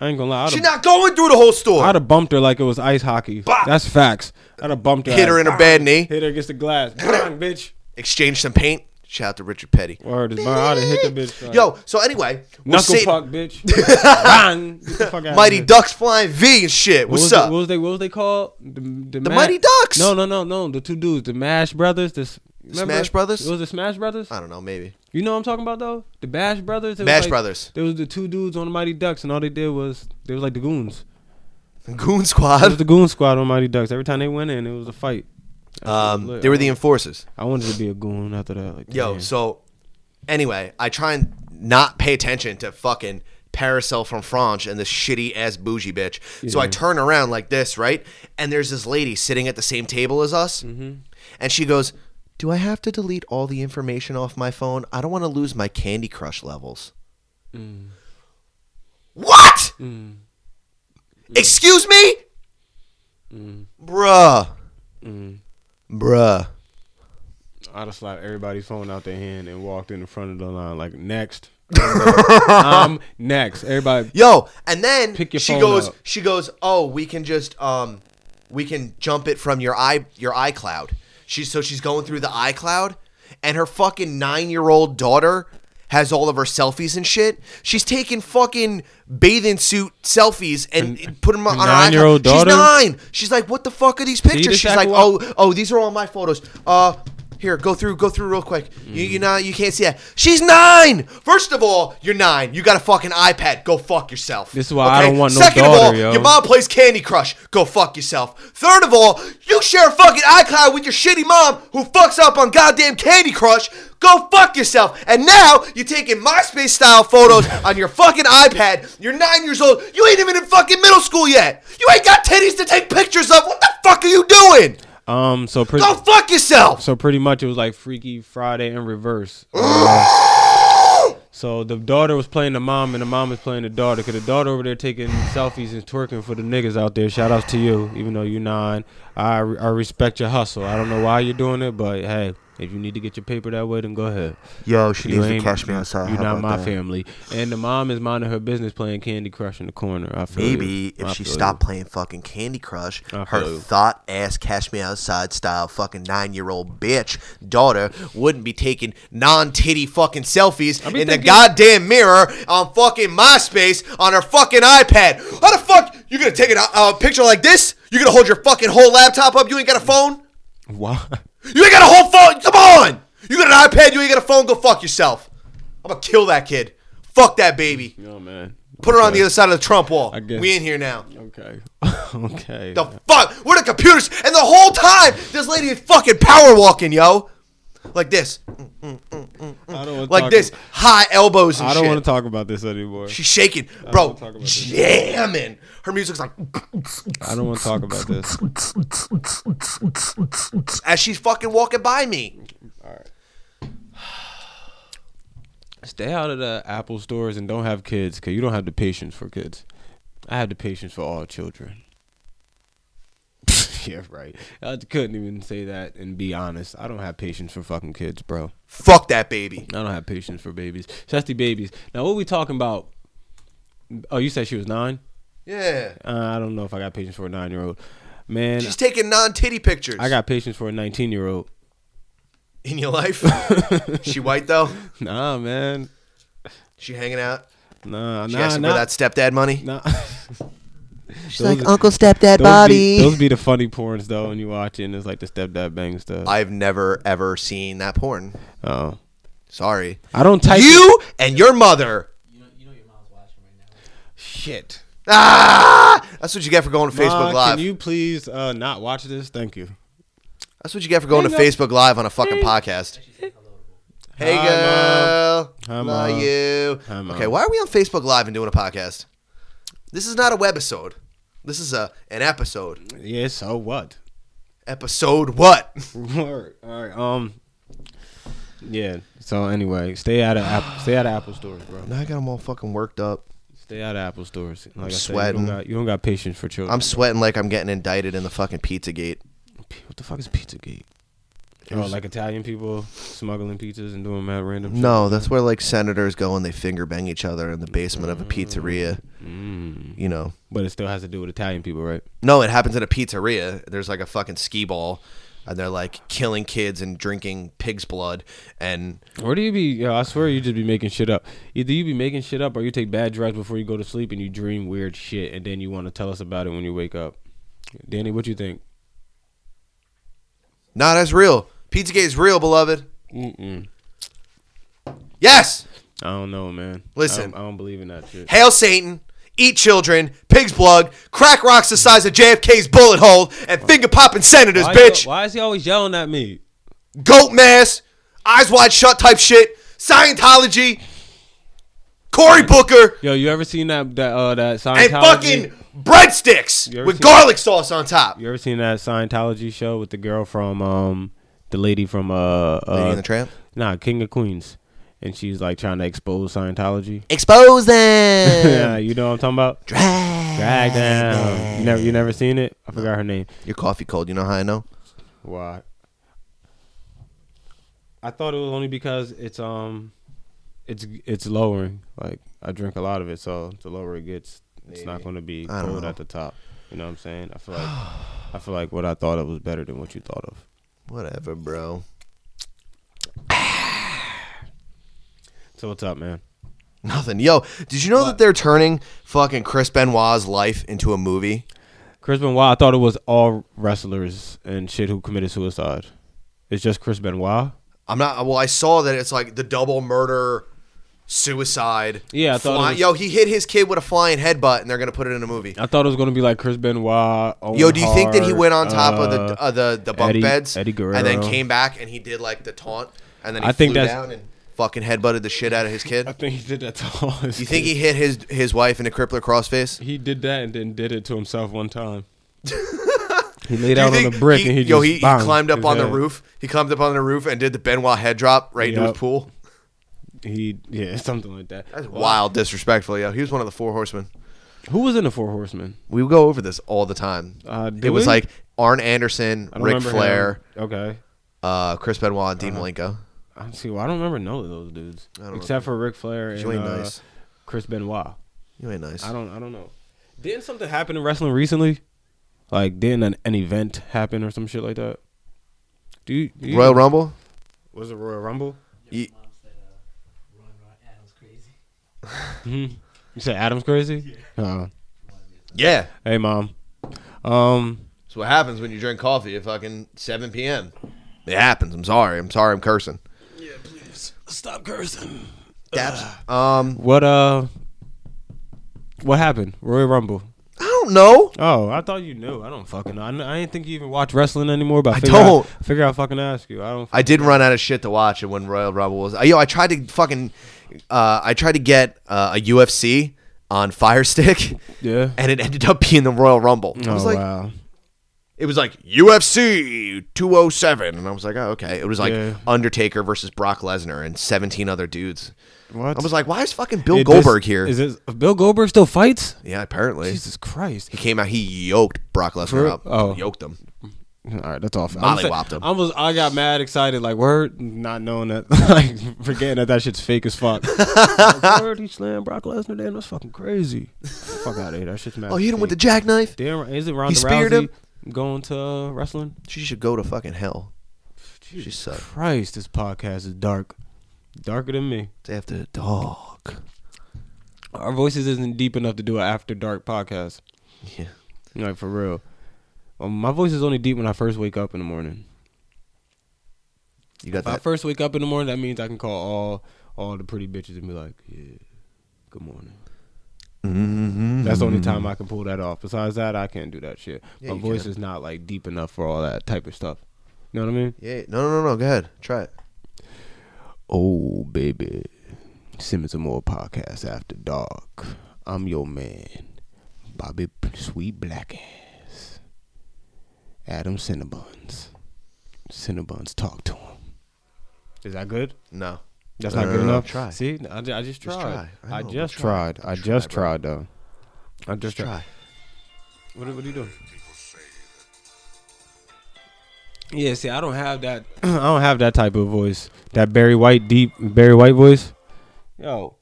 Speaker 3: I ain't gonna lie. I'd
Speaker 7: She's
Speaker 3: have,
Speaker 7: not going through the whole store.
Speaker 3: I'd have bumped her like it was ice hockey. That's facts. I'd have bumped her.
Speaker 7: Hit her in her bad knee.
Speaker 3: Hit her against the glass. Bang, bitch.
Speaker 7: exchange some paint. Shout out to Richard Petty.
Speaker 3: Word is mine. I'd have hit the bitch. like-
Speaker 7: Yo, so anyway, we're
Speaker 3: Knuckle
Speaker 7: sitting-
Speaker 3: puck, bitch. Bang. Get the fuck outta
Speaker 7: Mighty
Speaker 3: here.
Speaker 7: Ducks flying V and shit.
Speaker 3: What was
Speaker 7: What's
Speaker 3: they-
Speaker 7: up?
Speaker 3: what was they? What was they called? The, the Ma-
Speaker 7: Mighty Ducks.
Speaker 3: No, no, no, no. The two dudes, the Mash Brothers. The s- remember?
Speaker 7: Smash Brothers?
Speaker 3: It was the Smash Brothers.
Speaker 7: I don't know, maybe.
Speaker 3: You know what I'm talking about though? The Bash Brothers. It was
Speaker 7: Bash
Speaker 3: like-
Speaker 7: Brothers.
Speaker 3: There was the two dudes on the Mighty Ducks, and all they did was they was like the goons.
Speaker 7: Goon
Speaker 3: It was
Speaker 7: Squad.
Speaker 3: the Goon Squad on Mighty Ducks. Every time they went in, it was a fight.
Speaker 7: Um, they were the enforcers.
Speaker 3: I wanted to be a goon after that. Like,
Speaker 7: Yo,
Speaker 3: damn.
Speaker 7: so anyway, I try and not pay attention to fucking Paracel from France and this shitty ass bougie bitch. So I turn around like this, right? And there's this lady sitting at the same table as us. And she goes, Do I have to delete all the information off my phone? I don't want to lose my Candy Crush levels. What? Excuse me? Bruh. Bruh.
Speaker 3: I'd have slapped everybody's phone out their hand and walked in the front of the line like next. I'm Um, next. Everybody.
Speaker 7: Yo, and then
Speaker 3: Pick your
Speaker 7: she
Speaker 3: phone
Speaker 7: goes
Speaker 3: up.
Speaker 7: she goes, "Oh, we can just um we can jump it from your i your iCloud." She's so she's going through the iCloud and her fucking 9-year-old daughter has all of her selfies and shit. She's taking fucking bathing suit selfies and put them on her
Speaker 3: nine-year-old
Speaker 7: iCloud.
Speaker 3: daughter?
Speaker 7: She's 9. She's like, "What the fuck are these pictures?"
Speaker 3: this
Speaker 7: She's
Speaker 3: act
Speaker 7: like,
Speaker 3: wa-
Speaker 7: "Oh, oh, these are all my photos. Uh, here, go through, go through real quick. You,
Speaker 3: Mm.
Speaker 7: you not, you can't see that. She's nine. First of all, you're nine. You got a fucking iPad. Go fuck yourself.
Speaker 3: This is why I don't want no
Speaker 7: Second of all,
Speaker 3: daughter, yo.
Speaker 7: your mom plays Candy Crush. Go fuck yourself. Third of all, you share a fucking iCloud with your shitty mom who fucks up on goddamn Candy Crush. Go fuck yourself. And now you're taking MySpace style photos on your fucking iPad. You're nine years old. You ain't even in fucking middle school yet. You ain't got titties to take pictures of. What the fuck are you doing?
Speaker 3: Um, so pretty,
Speaker 2: Go fuck yourself.
Speaker 3: so pretty much it was like Freaky Friday in reverse. Uh, so the daughter was playing the mom, and the mom was playing the daughter. Cause the daughter over there taking selfies and twerking for the niggas out there. Shout outs to you, even though you're nine. I I respect your hustle. I don't know why you're doing it, but hey, if you need to get your paper that way, then go ahead.
Speaker 7: Yo, she
Speaker 3: You
Speaker 7: needs to
Speaker 3: ain't-
Speaker 7: catch me outside.
Speaker 3: You're
Speaker 7: How
Speaker 3: not
Speaker 7: about
Speaker 3: my
Speaker 7: that?
Speaker 3: family. And the mom is minding her business playing Candy Crush in the corner. I feel
Speaker 7: Maybe
Speaker 3: you.
Speaker 7: if
Speaker 3: I
Speaker 7: she
Speaker 3: feel
Speaker 7: stopped playing fucking Candy Crush,
Speaker 3: I
Speaker 7: her
Speaker 3: feel you.
Speaker 7: thought ass Cash Me Outside style fucking nine year old bitch daughter wouldn't be taking non titty fucking selfies in
Speaker 3: be
Speaker 7: the
Speaker 3: thinking-
Speaker 7: goddamn mirror on fucking MySpace on her fucking iPad. How the fuck you gonna take a uh, picture like this? You gonna hold your fucking whole laptop up? You ain't got a phone?
Speaker 3: you. Why?
Speaker 7: You ain't got a whole phone. Come on. You got an iPad. You ain't got a phone. Go fuck yourself. I'm gonna kill that kid. Fuck that baby.
Speaker 3: No man.
Speaker 7: Put her on the other side of the Trump wall.
Speaker 3: I guess.
Speaker 7: We in here now.
Speaker 3: Okay. okay.
Speaker 7: The fuck? Where the computers? And the whole time, this lady is fucking power walking, yo. Like this,
Speaker 3: I don't wanna
Speaker 7: like
Speaker 3: talk-
Speaker 7: this, high elbows and
Speaker 3: I don't
Speaker 7: shit.
Speaker 3: want to talk about this anymore.
Speaker 7: She's shaking, bro,
Speaker 3: wanna talk about this.
Speaker 7: jamming. Her music's like
Speaker 3: I don't want to talk about this.
Speaker 7: as she's fucking walking by me.
Speaker 3: Stay out of the Apple stores and don't have kids because you don't have the patience for kids. I have the patience for all children. yeah, right. I couldn't even say that and be honest. I don't have patience for fucking kids, bro.
Speaker 7: Fuck that baby.
Speaker 3: I don't have patience for babies. Chesty babies. Now, what we talking about? Oh, you said she was nine?
Speaker 7: Yeah,
Speaker 3: Uh, I don't know if I got patience for a nine year old. Man,
Speaker 7: she's taking non-titty pictures.
Speaker 3: I got patience for a 19 year old.
Speaker 7: in your life. she white though.
Speaker 3: Nah, man.
Speaker 7: She hanging out.
Speaker 3: Nah,
Speaker 7: She
Speaker 3: nah,
Speaker 7: asking
Speaker 3: nah.
Speaker 7: for that stepdad money.
Speaker 3: nah.
Speaker 7: She's
Speaker 3: Those
Speaker 7: like,
Speaker 3: are-
Speaker 7: Uncle Stepdad
Speaker 3: Those
Speaker 7: Bobby.
Speaker 3: Be, those be the funny porns, though, when you watch it and it's like the stepdad bang stuff.
Speaker 7: I've never ever seen that porn.
Speaker 3: Oh.
Speaker 7: Sorry.
Speaker 3: I don't type
Speaker 7: you and your mother.
Speaker 3: shit.
Speaker 7: Ah, that's what you get for going to Facebook
Speaker 3: Mom,
Speaker 7: Live.
Speaker 3: Can you please uh, not watch this? Thank you.
Speaker 7: that's what you get for going to Facebook Live on a fucking podcast. Hey,
Speaker 3: Hi,
Speaker 7: girl.
Speaker 3: Hi,
Speaker 7: Love
Speaker 3: Mom.
Speaker 7: you.
Speaker 3: Hi, Mom.
Speaker 7: Okay, why are we on Facebook Live and doing a podcast? This is not a webisode. This is a an episode.
Speaker 3: Yeah, so what?
Speaker 7: Episode what?
Speaker 3: Word. All right. Um. Yeah. So anyway, stay out of Apple, stay out of Apple stores, bro.
Speaker 7: Now I got them all fucking worked up.
Speaker 3: Stay out of Apple stores. Like I Said,
Speaker 7: sweating.
Speaker 3: you, don't got, you don't got patience for children.
Speaker 7: I'm sweating like I'm getting indicted in the fucking Pizzagate.
Speaker 3: what the fuck is Pizzagate? Oh, like Italian people smuggling pizzas and doing mad random. shit?
Speaker 7: No, that's where like senators go and they finger bang each other in the basement of a pizzeria. You know.
Speaker 3: But it still has to do with Italian people, right?
Speaker 7: No, it happens in a pizzeria. There's like a fucking skee ball, and they're like killing kids and drinking pig's blood. And
Speaker 3: Or do you be? Yo, I swear you just be making shit up. Either you be making shit up, or you take bad drugs before you go to sleep and you dream weird shit, and then you want to tell us about it when you wake up. Danny, what you think?
Speaker 7: nah, that's real. Pizzagate is real, beloved.
Speaker 3: Mm-mm.
Speaker 7: Yes,
Speaker 3: I don't know, man.
Speaker 7: Listen.
Speaker 3: I don't, I don't believe in that shit.
Speaker 7: hail Satan, eat children, pig's blood, crack rocks the size of JFK's bullet hole, and finger popping senators,
Speaker 3: Why
Speaker 7: bitch.
Speaker 3: He, why is he always yelling at me?
Speaker 7: Goat mask, eyes wide shut type shit. Scientology, Cory Booker,
Speaker 3: Yo, you ever seen that that uh, that Scientology?
Speaker 7: and fucking breadsticks
Speaker 3: You ever
Speaker 7: with
Speaker 3: seen-
Speaker 7: garlic sauce on top.
Speaker 3: You ever seen that Scientology show with the girl from um the lady from uh, uh
Speaker 7: Lady and the Tramp?
Speaker 3: Nah, King of Queens, and she's like trying to expose Scientology.
Speaker 7: Expose them.
Speaker 3: yeah, you know what I'm talking about? Drag, drag down. You never, you never seen it? I forgot her name.
Speaker 7: Your coffee cold. You know how I know?
Speaker 3: Why? I thought it was only because it's um, it's it's lowering. Like I drink a lot of it, so the lower it gets, it's not going to be
Speaker 7: I don't
Speaker 3: cold
Speaker 7: know.
Speaker 3: at the top. You know what I'm saying? I feel like I feel like what I thought of was better than what you thought of.
Speaker 7: Whatever, bro.
Speaker 3: So what's up, man?
Speaker 7: Nothing. Yo, did you know that they're turning fucking Chris Benoit's life into a movie?
Speaker 3: Chris Benoit. I thought it was all wrestlers and shit who committed suicide. It's just Chris Benoit.
Speaker 7: I'm not. Well, I saw that it's like the double murder, suicide.
Speaker 3: Yeah, I thought it
Speaker 7: fly-
Speaker 3: was-
Speaker 7: Yo, he hit his kid with a flying headbutt, and they're gonna put it in a movie.
Speaker 3: I thought it was gonna be like Chris Benoit. Owen
Speaker 7: Yo, do you think that he
Speaker 3: Hart,
Speaker 7: went on top
Speaker 3: uh,
Speaker 7: of the uh, the the bunk
Speaker 3: Eddie-
Speaker 7: beds
Speaker 3: Eddie
Speaker 7: and then
Speaker 3: Guerrero.
Speaker 7: came back and he did like the taunt and then he
Speaker 3: I
Speaker 7: flew
Speaker 3: think that's-
Speaker 7: down and fucking headbutted the shit out of his kid?
Speaker 3: I think he did that to all his
Speaker 7: You think he
Speaker 3: kids.
Speaker 7: hit his his wife in a crippler crossface?
Speaker 3: he did that and then did it to himself one time? He laid
Speaker 7: Do
Speaker 3: out
Speaker 7: you
Speaker 3: on
Speaker 7: think
Speaker 3: a brick and he
Speaker 7: yo,
Speaker 3: just
Speaker 7: he, he
Speaker 3: bang,
Speaker 7: climbed up
Speaker 3: his
Speaker 7: on the
Speaker 3: head.
Speaker 7: roof. He climbed up on the roof and did the Benoit head drop right into
Speaker 3: Yep.
Speaker 7: his pool.
Speaker 3: He yeah, something like that.
Speaker 7: That's
Speaker 3: Well,
Speaker 7: wild, disrespectful. Yo, he was one of the four horsemen.
Speaker 3: Who was in the Four Horsemen?
Speaker 7: We go over this all the time.
Speaker 3: Uh, do
Speaker 7: it was
Speaker 3: we?
Speaker 7: like Arn Anderson,
Speaker 3: I don't
Speaker 7: Ric
Speaker 3: remember
Speaker 7: Flair,
Speaker 3: him. Uh-huh. Okay.
Speaker 7: uh, Chris Benoit, and Dean Malenko.
Speaker 3: I see. Well, I don't remember none of those dudes
Speaker 7: don't
Speaker 3: except for Ric Flair and
Speaker 7: You ain't
Speaker 3: uh,
Speaker 7: nice.
Speaker 3: Chris Benoit.
Speaker 7: You ain't nice.
Speaker 3: I don't. I don't know. Didn't something happen in wrestling recently? Like didn't an, an event happen or some shit like that? Do you, do you-
Speaker 7: Royal Rumble.
Speaker 3: was it Royal Rumble?
Speaker 7: Ye-
Speaker 3: You said Adam's crazy. Uh,
Speaker 7: Yeah,
Speaker 3: hey mom. Um.
Speaker 7: that's what happens when you drink coffee at fucking 7 p.m. It happens. I'm sorry. I'm sorry. I'm cursing.
Speaker 3: Stop cursing.
Speaker 7: Dabs. Um,
Speaker 3: What uh. What happened? Royal Rumble.
Speaker 7: I don't know.
Speaker 3: Oh, I thought you knew. I don't fucking know. I, kn- I didn't think you even watch wrestling anymore. But I,
Speaker 7: I
Speaker 3: figure
Speaker 7: don't.
Speaker 3: I figure I fucking ask you. I don't.
Speaker 7: I did run out of shit to watch when Royal Rumble was. Yo, I tried to fucking, uh, I tried to get uh, a UFC on Fire Stick,
Speaker 3: Yeah.
Speaker 7: and it ended up being the Royal Rumble. I was
Speaker 3: oh
Speaker 7: like,
Speaker 3: wow.
Speaker 7: it was like UFC 207, and I was like, oh okay. It was like
Speaker 3: Yeah.
Speaker 7: Undertaker versus Brock Lesnar and 17 other dudes.
Speaker 3: What?
Speaker 7: I was like, why is fucking Bill
Speaker 3: It just-
Speaker 7: Goldberg here?
Speaker 3: Is it Bill Goldberg still fights?
Speaker 7: yeah, apparently.
Speaker 3: Jesus Christ!
Speaker 7: He came out. He yoked Brock
Speaker 3: For-
Speaker 7: Lesnar up.
Speaker 3: oh.
Speaker 7: yoked him.
Speaker 3: All right, that's off.
Speaker 7: Mollywopped him.
Speaker 3: I was I got mad excited like word, not knowing that, like forgetting that that shit's fake as fuck. like, word, he slammed Brock Lesnar. Damn, that's fucking crazy. fuck out of here. That shit's mad.
Speaker 7: Oh, he hit him with the jackknife.
Speaker 3: Damn, is it Ronda
Speaker 7: speared
Speaker 3: Rousey
Speaker 7: him.
Speaker 3: going to uh, wrestling?
Speaker 7: She should go to fucking hell. She sucked.
Speaker 3: Christ, this podcast is dark, darker than me.
Speaker 7: It's after the dog.
Speaker 3: Our voices isn't deep enough to do an after dark podcast.
Speaker 7: Yeah.
Speaker 3: Like for real. Um, my voice is only deep when I first wake up in the morning.
Speaker 7: You got
Speaker 3: If I
Speaker 7: that?
Speaker 3: first wake up in the morning, that means I can call all all the pretty bitches and be like, "Yeah, good morning."
Speaker 7: Mm-hmm.
Speaker 3: That's the only time I can pull that off. Besides that, I can't do that shit.
Speaker 7: Yeah,
Speaker 3: My
Speaker 7: you
Speaker 3: voice
Speaker 7: can.
Speaker 3: is not like deep enough for all that type of stuff. You know what I mean?
Speaker 7: Yeah. No, no, no, no. Go ahead. Try it.
Speaker 3: Oh baby, Simmons and More podcast after dark. I'm your man, Bobby P- Sweet Black Ass, Adam Cinnabuns. Cinnabuns, talk to him. Uh, Is that good?
Speaker 7: No.
Speaker 3: That's
Speaker 7: No,
Speaker 3: not
Speaker 7: no,
Speaker 3: good
Speaker 7: no, no,
Speaker 3: enough.
Speaker 7: try.
Speaker 3: See, I, ju- I just tried.
Speaker 7: Just try. I
Speaker 3: I,
Speaker 7: know, but
Speaker 3: just
Speaker 7: try.
Speaker 3: tried. I
Speaker 7: Try,
Speaker 3: just
Speaker 7: bro.
Speaker 3: tried though. I just tried.
Speaker 7: Try.
Speaker 3: What, are- what are you doing? Yeah, see, I don't have that. I don't have that type of voice. That Barry White deep Barry White voice. Yo,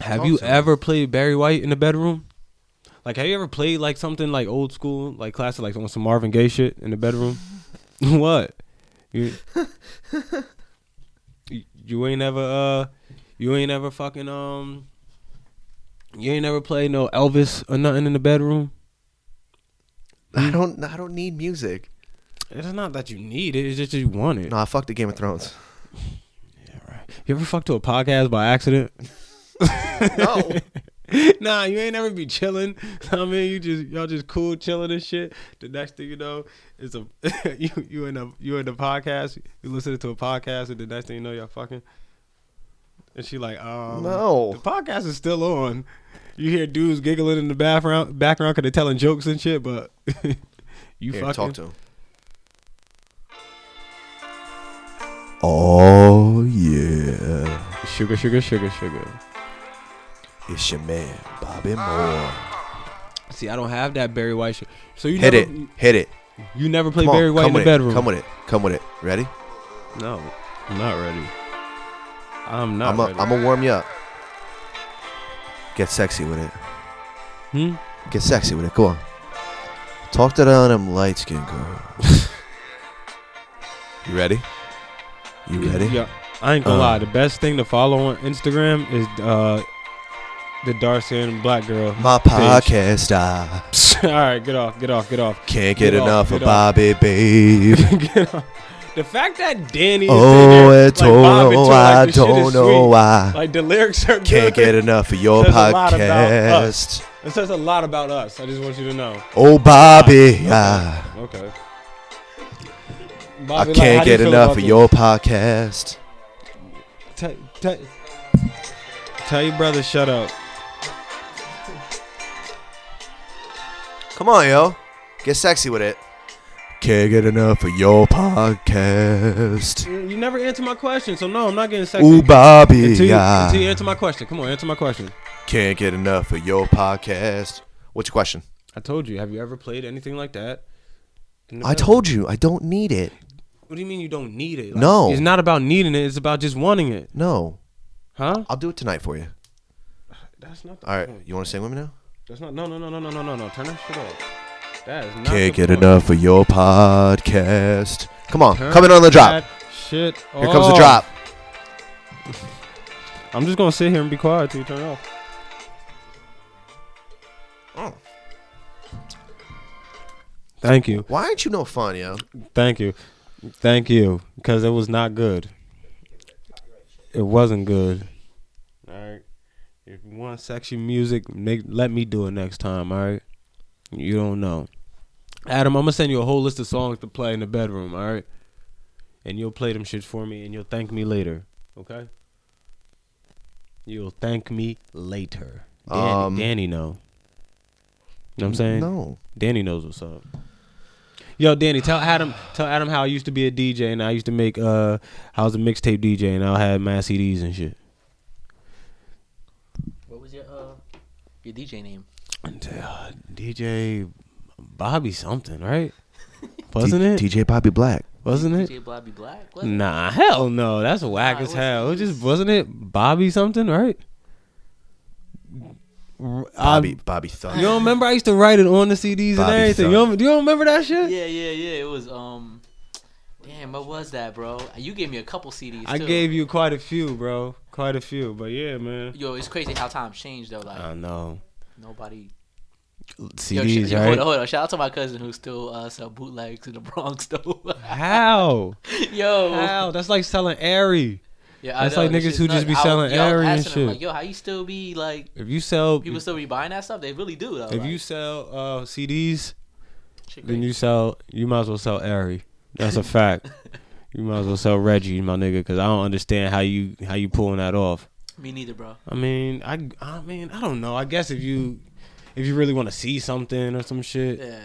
Speaker 3: have
Speaker 7: Talk
Speaker 3: you
Speaker 7: to me.
Speaker 3: ever played Barry White in the bedroom? Like, have you ever played like something like old school, like classic, like on some Marvin Gaye shit in the bedroom? what? You, you- you ain't ever uh, you ain't ever fucking um, you ain't ever played no Elvis or nothing in the bedroom. Mm.
Speaker 7: I don't. I don't need music.
Speaker 3: It's not that you need it; it's just you want it.
Speaker 7: No, I fucked the Game of Thrones.
Speaker 3: You ever fuck to a podcast by accident?
Speaker 7: No.
Speaker 3: nah, you ain't ever be chilling. I mean, you just y'all just cool chilling and shit. The next thing you know, it's a you you in a you in the podcast. You listening to a podcast, and the next thing you know, y'all fucking. And she like, um,
Speaker 7: No.
Speaker 3: the podcast is still on. You hear dudes giggling in the background, background, cause they're telling jokes and shit. But you
Speaker 7: Here,
Speaker 3: fucking
Speaker 7: talk to him.
Speaker 6: Oh, yeah.
Speaker 3: sugar, sugar, sugar, sugar.
Speaker 6: It's your man, Bobby Moore.
Speaker 3: See, I don't have that Barry White shit. So you
Speaker 7: Hit it.
Speaker 3: never,
Speaker 7: Hit it.
Speaker 3: You never played
Speaker 7: Come on.
Speaker 3: Barry White in
Speaker 7: Come
Speaker 3: the
Speaker 7: with
Speaker 3: bedroom.
Speaker 7: it. Come with it. Come with it. Ready?
Speaker 3: No, I'm not ready. I'm not
Speaker 7: I'm a,
Speaker 3: ready.
Speaker 7: I'm gonna warm you up. Get sexy with it.
Speaker 3: Hmm?
Speaker 7: Get sexy with it. Go on. Talk to that them light skin girl. you ready? You ready?
Speaker 3: Yeah, I ain't gonna
Speaker 7: Uh.
Speaker 3: lie. The best thing to follow on Instagram is uh, the Darcy and Black Girl.
Speaker 7: My
Speaker 3: page.
Speaker 7: podcast I
Speaker 3: All right, get off, get off, get off,
Speaker 7: can't get,
Speaker 3: Get off,
Speaker 7: enough
Speaker 3: get
Speaker 7: of
Speaker 3: off.
Speaker 7: Bobby, babe.
Speaker 3: get off. The fact that Danny. Is
Speaker 7: oh,
Speaker 3: sitting there,
Speaker 7: it's
Speaker 3: like, bobbing
Speaker 7: oh,
Speaker 3: to it like
Speaker 7: I
Speaker 3: the shit is
Speaker 7: don't know
Speaker 3: sweet.
Speaker 7: why.
Speaker 3: Like the lyrics are good.
Speaker 7: Can't get enough of your
Speaker 3: Says a lot about us.
Speaker 7: podcast.
Speaker 3: It says a lot about us. I just want you to know.
Speaker 7: Oh, Bobby, I,
Speaker 3: Okay.
Speaker 7: I
Speaker 3: Bobby, like,
Speaker 7: can't
Speaker 3: how do you
Speaker 7: get
Speaker 3: feel
Speaker 7: enough
Speaker 3: about
Speaker 7: of
Speaker 3: this?
Speaker 7: your podcast.
Speaker 3: Tell, tell, tell your brother shut up.
Speaker 7: Come on, yo. Get sexy with it.
Speaker 6: Can't get enough of your podcast.
Speaker 3: You you never answer my question, so no, I'm not getting sexy.
Speaker 6: Ooh, Bobby.
Speaker 3: until, you, until you
Speaker 6: Yeah.
Speaker 3: answer my question. Come on, answer my question.
Speaker 6: Can't get enough of your podcast.
Speaker 7: What's your question?
Speaker 3: I told you. Have you ever played anything like that? in the
Speaker 6: I
Speaker 3: bedroom?
Speaker 6: told you, I don't need it.
Speaker 3: What do you mean you don't need it?
Speaker 6: No.
Speaker 3: It's not about needing it. It's about just wanting it.
Speaker 6: No.
Speaker 3: Huh?
Speaker 6: I'll do it tonight for you.
Speaker 3: That's not. The
Speaker 6: All right.
Speaker 3: point.
Speaker 6: You want to sing with me now?
Speaker 3: That's not. No, no, no, no, no, no, no, no. Turn that shit off. That is not.
Speaker 6: Can't
Speaker 3: the
Speaker 6: get
Speaker 3: point.
Speaker 6: enough of your podcast.
Speaker 7: Come on.
Speaker 3: Turn
Speaker 7: Come in on the drop.
Speaker 3: That shit.
Speaker 7: Here comes the
Speaker 3: off.
Speaker 7: drop.
Speaker 3: I'm just gonna sit here and be quiet till you turn it off.
Speaker 6: Oh.
Speaker 3: Thank you.
Speaker 7: Why aren't you no fun, yo?
Speaker 3: Thank you. Thank you. Because it was not good. It wasn't good. All right. If you want sexy music, make, let me do it next time, all right? You don't know. Adam, I'm going to send you a whole list of songs to play in the bedroom, all right? And you'll play them shits for me and you'll thank me later, okay? You'll thank me later. Danny,
Speaker 7: Um,
Speaker 3: Danny know. You know what I'm saying?
Speaker 6: No.
Speaker 3: Danny knows what's up. Yo, Danny, tell Adam, tell Adam how I used to be a DJ and I used to make, uh, I was a mixtape DJ and I had mad CDs and shit.
Speaker 1: What was your uh your DJ name?
Speaker 3: And, uh, DJ Bobby something, right? Wasn't it? Um,
Speaker 6: DJ Bobby Black.
Speaker 3: Wasn't it?
Speaker 1: DJ Blobby Black? Was it?
Speaker 3: Nah, hell no, that's whack
Speaker 1: Nah, it
Speaker 3: as
Speaker 1: was-
Speaker 3: hell. It just wasn't it Bobby something, right?
Speaker 6: Bobby
Speaker 3: Bobby.
Speaker 6: Bobby Thumb.
Speaker 3: you don't remember? I used to write it on the CDs
Speaker 6: Bobby
Speaker 3: and everything. You don't, you don't remember that shit?
Speaker 1: Yeah, yeah, yeah. It was um. Damn, what was that, bro? You gave me a couple CDs.
Speaker 3: I
Speaker 1: too.
Speaker 3: gave you quite a few, bro. Quite a few, but yeah, man.
Speaker 1: Yo, it's crazy how times change though. Like
Speaker 3: I know.
Speaker 1: nobody. Yo, sh-
Speaker 3: CDs,
Speaker 1: yo,
Speaker 3: right?
Speaker 1: hold on, hold on. Shout out to my cousin who still uh, sell bootlegs in the Bronx though.
Speaker 3: How?
Speaker 1: yo,
Speaker 3: How? That's like selling Airy.
Speaker 1: yeah, I
Speaker 3: That's
Speaker 1: know,
Speaker 3: like
Speaker 1: this
Speaker 3: niggas
Speaker 1: shit's
Speaker 3: who just
Speaker 1: nuts.
Speaker 3: be
Speaker 1: I-
Speaker 3: selling
Speaker 1: yo, I was
Speaker 3: Aerie and
Speaker 1: asking him,
Speaker 3: shit.
Speaker 1: Like, yo, how you still be like?
Speaker 3: If you sell,
Speaker 1: People still be buying that stuff. They really do though.
Speaker 3: if
Speaker 1: like,
Speaker 3: you sell uh, CDs,
Speaker 1: shit
Speaker 3: then
Speaker 1: crazy.
Speaker 3: you sell. You might as well sell Airy. That's a fact. You might as well sell Reggie, my nigga, because I don't understand how you how you pulling that off.
Speaker 1: me neither, bro.
Speaker 3: I mean, I I mean, I don't know. I guess if you if you really want to see something or some shit,
Speaker 1: Yeah.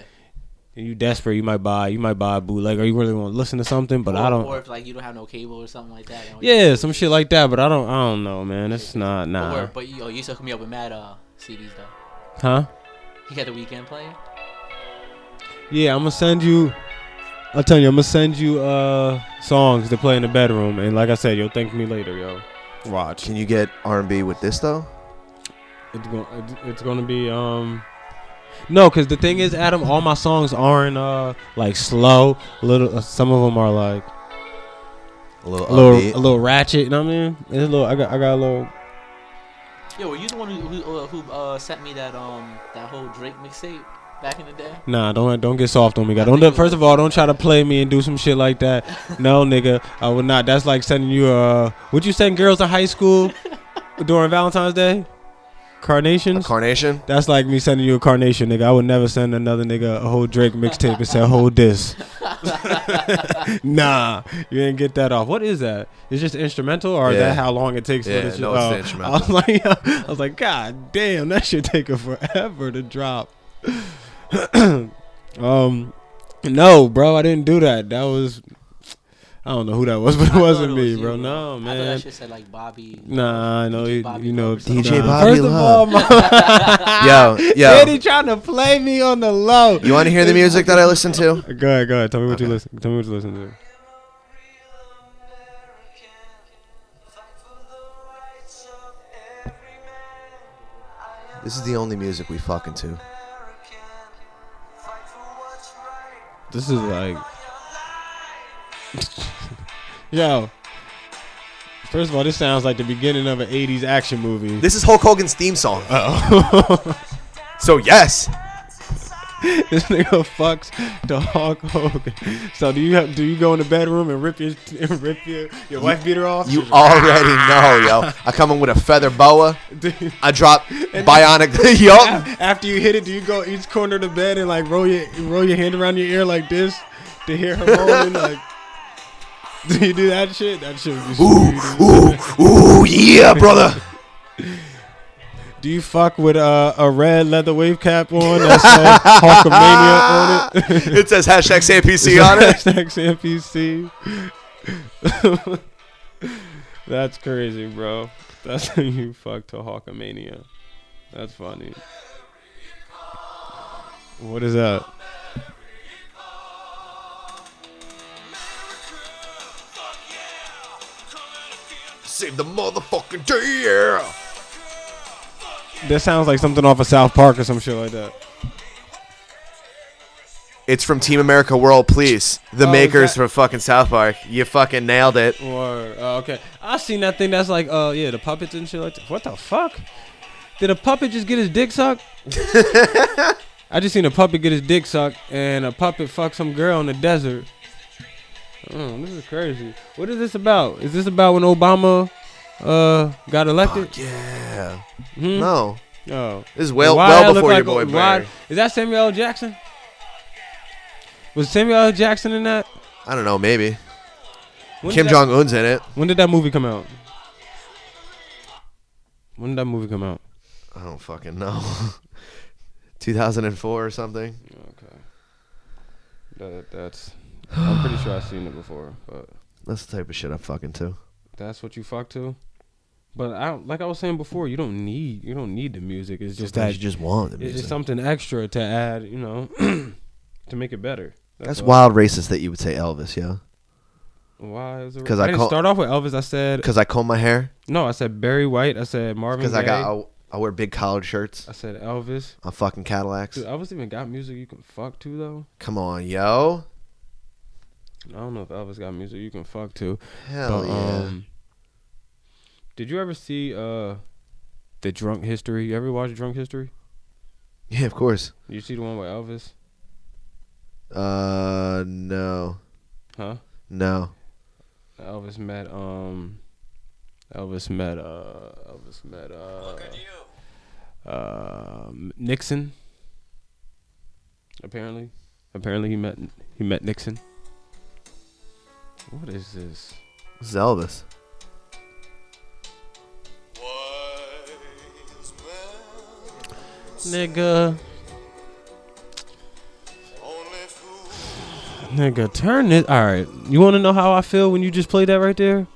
Speaker 3: and you desperate, you might buy you might buy a bootleg, or you really want to listen to something. But
Speaker 1: or,
Speaker 3: I don't.
Speaker 1: Or if like you don't have no cable or something like that. you know, you
Speaker 3: yeah,
Speaker 1: just-
Speaker 3: some shit like that. But I don't. I don't know, man. It's not
Speaker 1: But
Speaker 3: nah.
Speaker 1: we're- but yo, you still hook me up with mad uh, CDs though.
Speaker 3: Huh?
Speaker 1: You got the weekend player.
Speaker 3: Yeah, I'm gonna send you. I'll tell you, I'm gonna send you uh songs to play in the bedroom, and like I said, you'll thank me later, yo. Watch.
Speaker 6: Can you get R&B with this though?
Speaker 3: It's gonna it's gonna be um. No, cause the thing is, Adam, all my songs aren't uh like slow. Little, uh, some of them are like
Speaker 6: A little
Speaker 3: a little,
Speaker 6: upbeat.
Speaker 3: a little ratchet. You know what I mean? It's a little. I got, I got a little.
Speaker 1: Yo, were you the one who who, uh, who uh, sent me that um that whole Drake mixtape back in the day?
Speaker 3: Nah, don't don't get soft on me, guy.
Speaker 1: think
Speaker 3: Don't
Speaker 1: it was-
Speaker 3: first of all, don't try to play me and do some shit like that. No, nigga, I would not. That's like sending you. Uh, would you send girls to high school during Valentine's Day?
Speaker 7: A
Speaker 3: Carnations.
Speaker 7: carnation?
Speaker 3: That's like me sending you a carnation, nigga. I would never send another nigga a whole Drake mixtape and say whole diss. nah, you didn't get that off. What is that? It's just instrumental, or is
Speaker 7: Yeah.
Speaker 3: that how long it takes?
Speaker 7: Yeah,
Speaker 3: for this
Speaker 7: no, it's the instrumental.
Speaker 3: I was like, I was like, God damn, that shit taking forever to drop. um, no, bro, I didn't do that. That was, I don't know who that was, but it
Speaker 1: I thought
Speaker 3: wasn't me,
Speaker 1: was you,
Speaker 3: bro.
Speaker 1: I
Speaker 3: No,
Speaker 1: thought
Speaker 3: man.
Speaker 1: that shit said like Bobby.
Speaker 3: Nah, I know
Speaker 1: DJ
Speaker 3: you,
Speaker 1: Bobby
Speaker 3: you know
Speaker 1: Love or something.
Speaker 6: DJ
Speaker 3: nah.
Speaker 6: Bobby
Speaker 3: First of all,
Speaker 6: Love.
Speaker 3: my, Ah,
Speaker 7: Yo, yo.
Speaker 3: Eddie trying to play me on the low.
Speaker 7: You want to hear the music that I listen
Speaker 3: Go
Speaker 7: to?
Speaker 3: ahead, go ahead. Tell me what you listen. Tell me what you listen to.
Speaker 6: This is the only music we fucking to.
Speaker 3: This is like, yo. First of all, this sounds like the beginning of an '80s action movie.
Speaker 7: This is Hulk Hogan's theme song. so yes,
Speaker 3: this nigga fucks the Hulk Hogan. So do you have, do you go in the bedroom and rip your and rip your, your wife beater off?
Speaker 7: you already know, yo. I come in with a feather boa. I drop bionic. yo,
Speaker 3: After you hit it, do you go each corner of the bed and like roll your roll your hand around your ear like this to hear her moaning? like, do you do that shit? That shit. Would be so weird.
Speaker 7: ooh, ooh, yeah, brother.
Speaker 3: Do Do you fuck with uh, a red leather wave cap on that says Hulkamania on it?
Speaker 7: it says hashtag SamPC on it.
Speaker 3: Hashtag CMPC. That's crazy, bro. That's how you fuck to Hawkamania. That's funny. What is that?
Speaker 7: Save the motherfucking day, yeah.
Speaker 3: That sounds like something off of South Park or some shit like that.
Speaker 7: It's from Team America World Police, the
Speaker 3: Oh, is
Speaker 7: makers
Speaker 3: that-
Speaker 7: from fucking South Park. You fucking nailed it.
Speaker 3: Word. Oh, okay. I seen that thing that's like, uh, yeah, the puppets and shit like that. What the fuck? Did a puppet just get his dick sucked? I just seen a puppet get his dick sucked, and a puppet fucked some girl in the desert. Mm, this is crazy. What is this about? Is this about when Obama uh got elected?
Speaker 7: Yeah.
Speaker 3: Hmm?
Speaker 7: No.
Speaker 3: Oh.
Speaker 7: This is well
Speaker 3: Why I
Speaker 7: well
Speaker 3: look
Speaker 7: before
Speaker 3: like
Speaker 7: your boy
Speaker 3: a- why-
Speaker 7: Barry.
Speaker 3: Is that Samuel L. Jackson? Was Samuel L. Jackson in that?
Speaker 7: I don't know, maybe.
Speaker 3: When
Speaker 7: Kim
Speaker 3: did that-
Speaker 7: Jong Un's in it.
Speaker 3: When did that movie come out? When did that movie come out?
Speaker 7: I don't fucking know. 2004 or something.
Speaker 3: Okay. That, that's. I'm pretty sure I've seen it before, but
Speaker 7: That's the type of shit I'm fucking to.
Speaker 3: that's what you fuck to. But I don't- like I was saying before, you don't need you don't need the music. It's just
Speaker 7: Sometimes
Speaker 3: that
Speaker 7: you just want the
Speaker 3: it's
Speaker 7: music.
Speaker 3: just something extra to add, you know, to make it better.
Speaker 7: That's
Speaker 3: all.
Speaker 7: wild racist that you would say Elvis, yeah.
Speaker 3: Why is it?
Speaker 7: 'Cause
Speaker 3: I,
Speaker 7: I
Speaker 3: didn't
Speaker 7: call-
Speaker 3: start off with Elvis. I said
Speaker 7: Because I comb my hair.
Speaker 3: no. I said Barry White. I said Marvin.
Speaker 7: Because I
Speaker 3: Gaye,
Speaker 7: got I, I wear big collared shirts
Speaker 3: I said Elvis.
Speaker 7: on fucking Cadillacs.
Speaker 3: Dude, Elvis even got music you can fuck to though.
Speaker 7: Come on, yo.
Speaker 3: I don't know if Elvis got music you can fuck to.
Speaker 7: Hell
Speaker 3: But,
Speaker 7: yeah.
Speaker 3: um, did you ever see uh the Drunk History? You ever watch Drunk History?
Speaker 7: yeah, of course.
Speaker 3: You see the one with Elvis?
Speaker 7: Uh, no,
Speaker 3: Huh?
Speaker 7: no.
Speaker 3: Elvis met um Elvis met uh Elvis met uh um Nixon. Apparently. Apparently he met he met Nixon. What is this?
Speaker 7: This is Elvis.
Speaker 3: Nigga. Nigga, turn it. All right. You want to know how I feel when you just played that right there?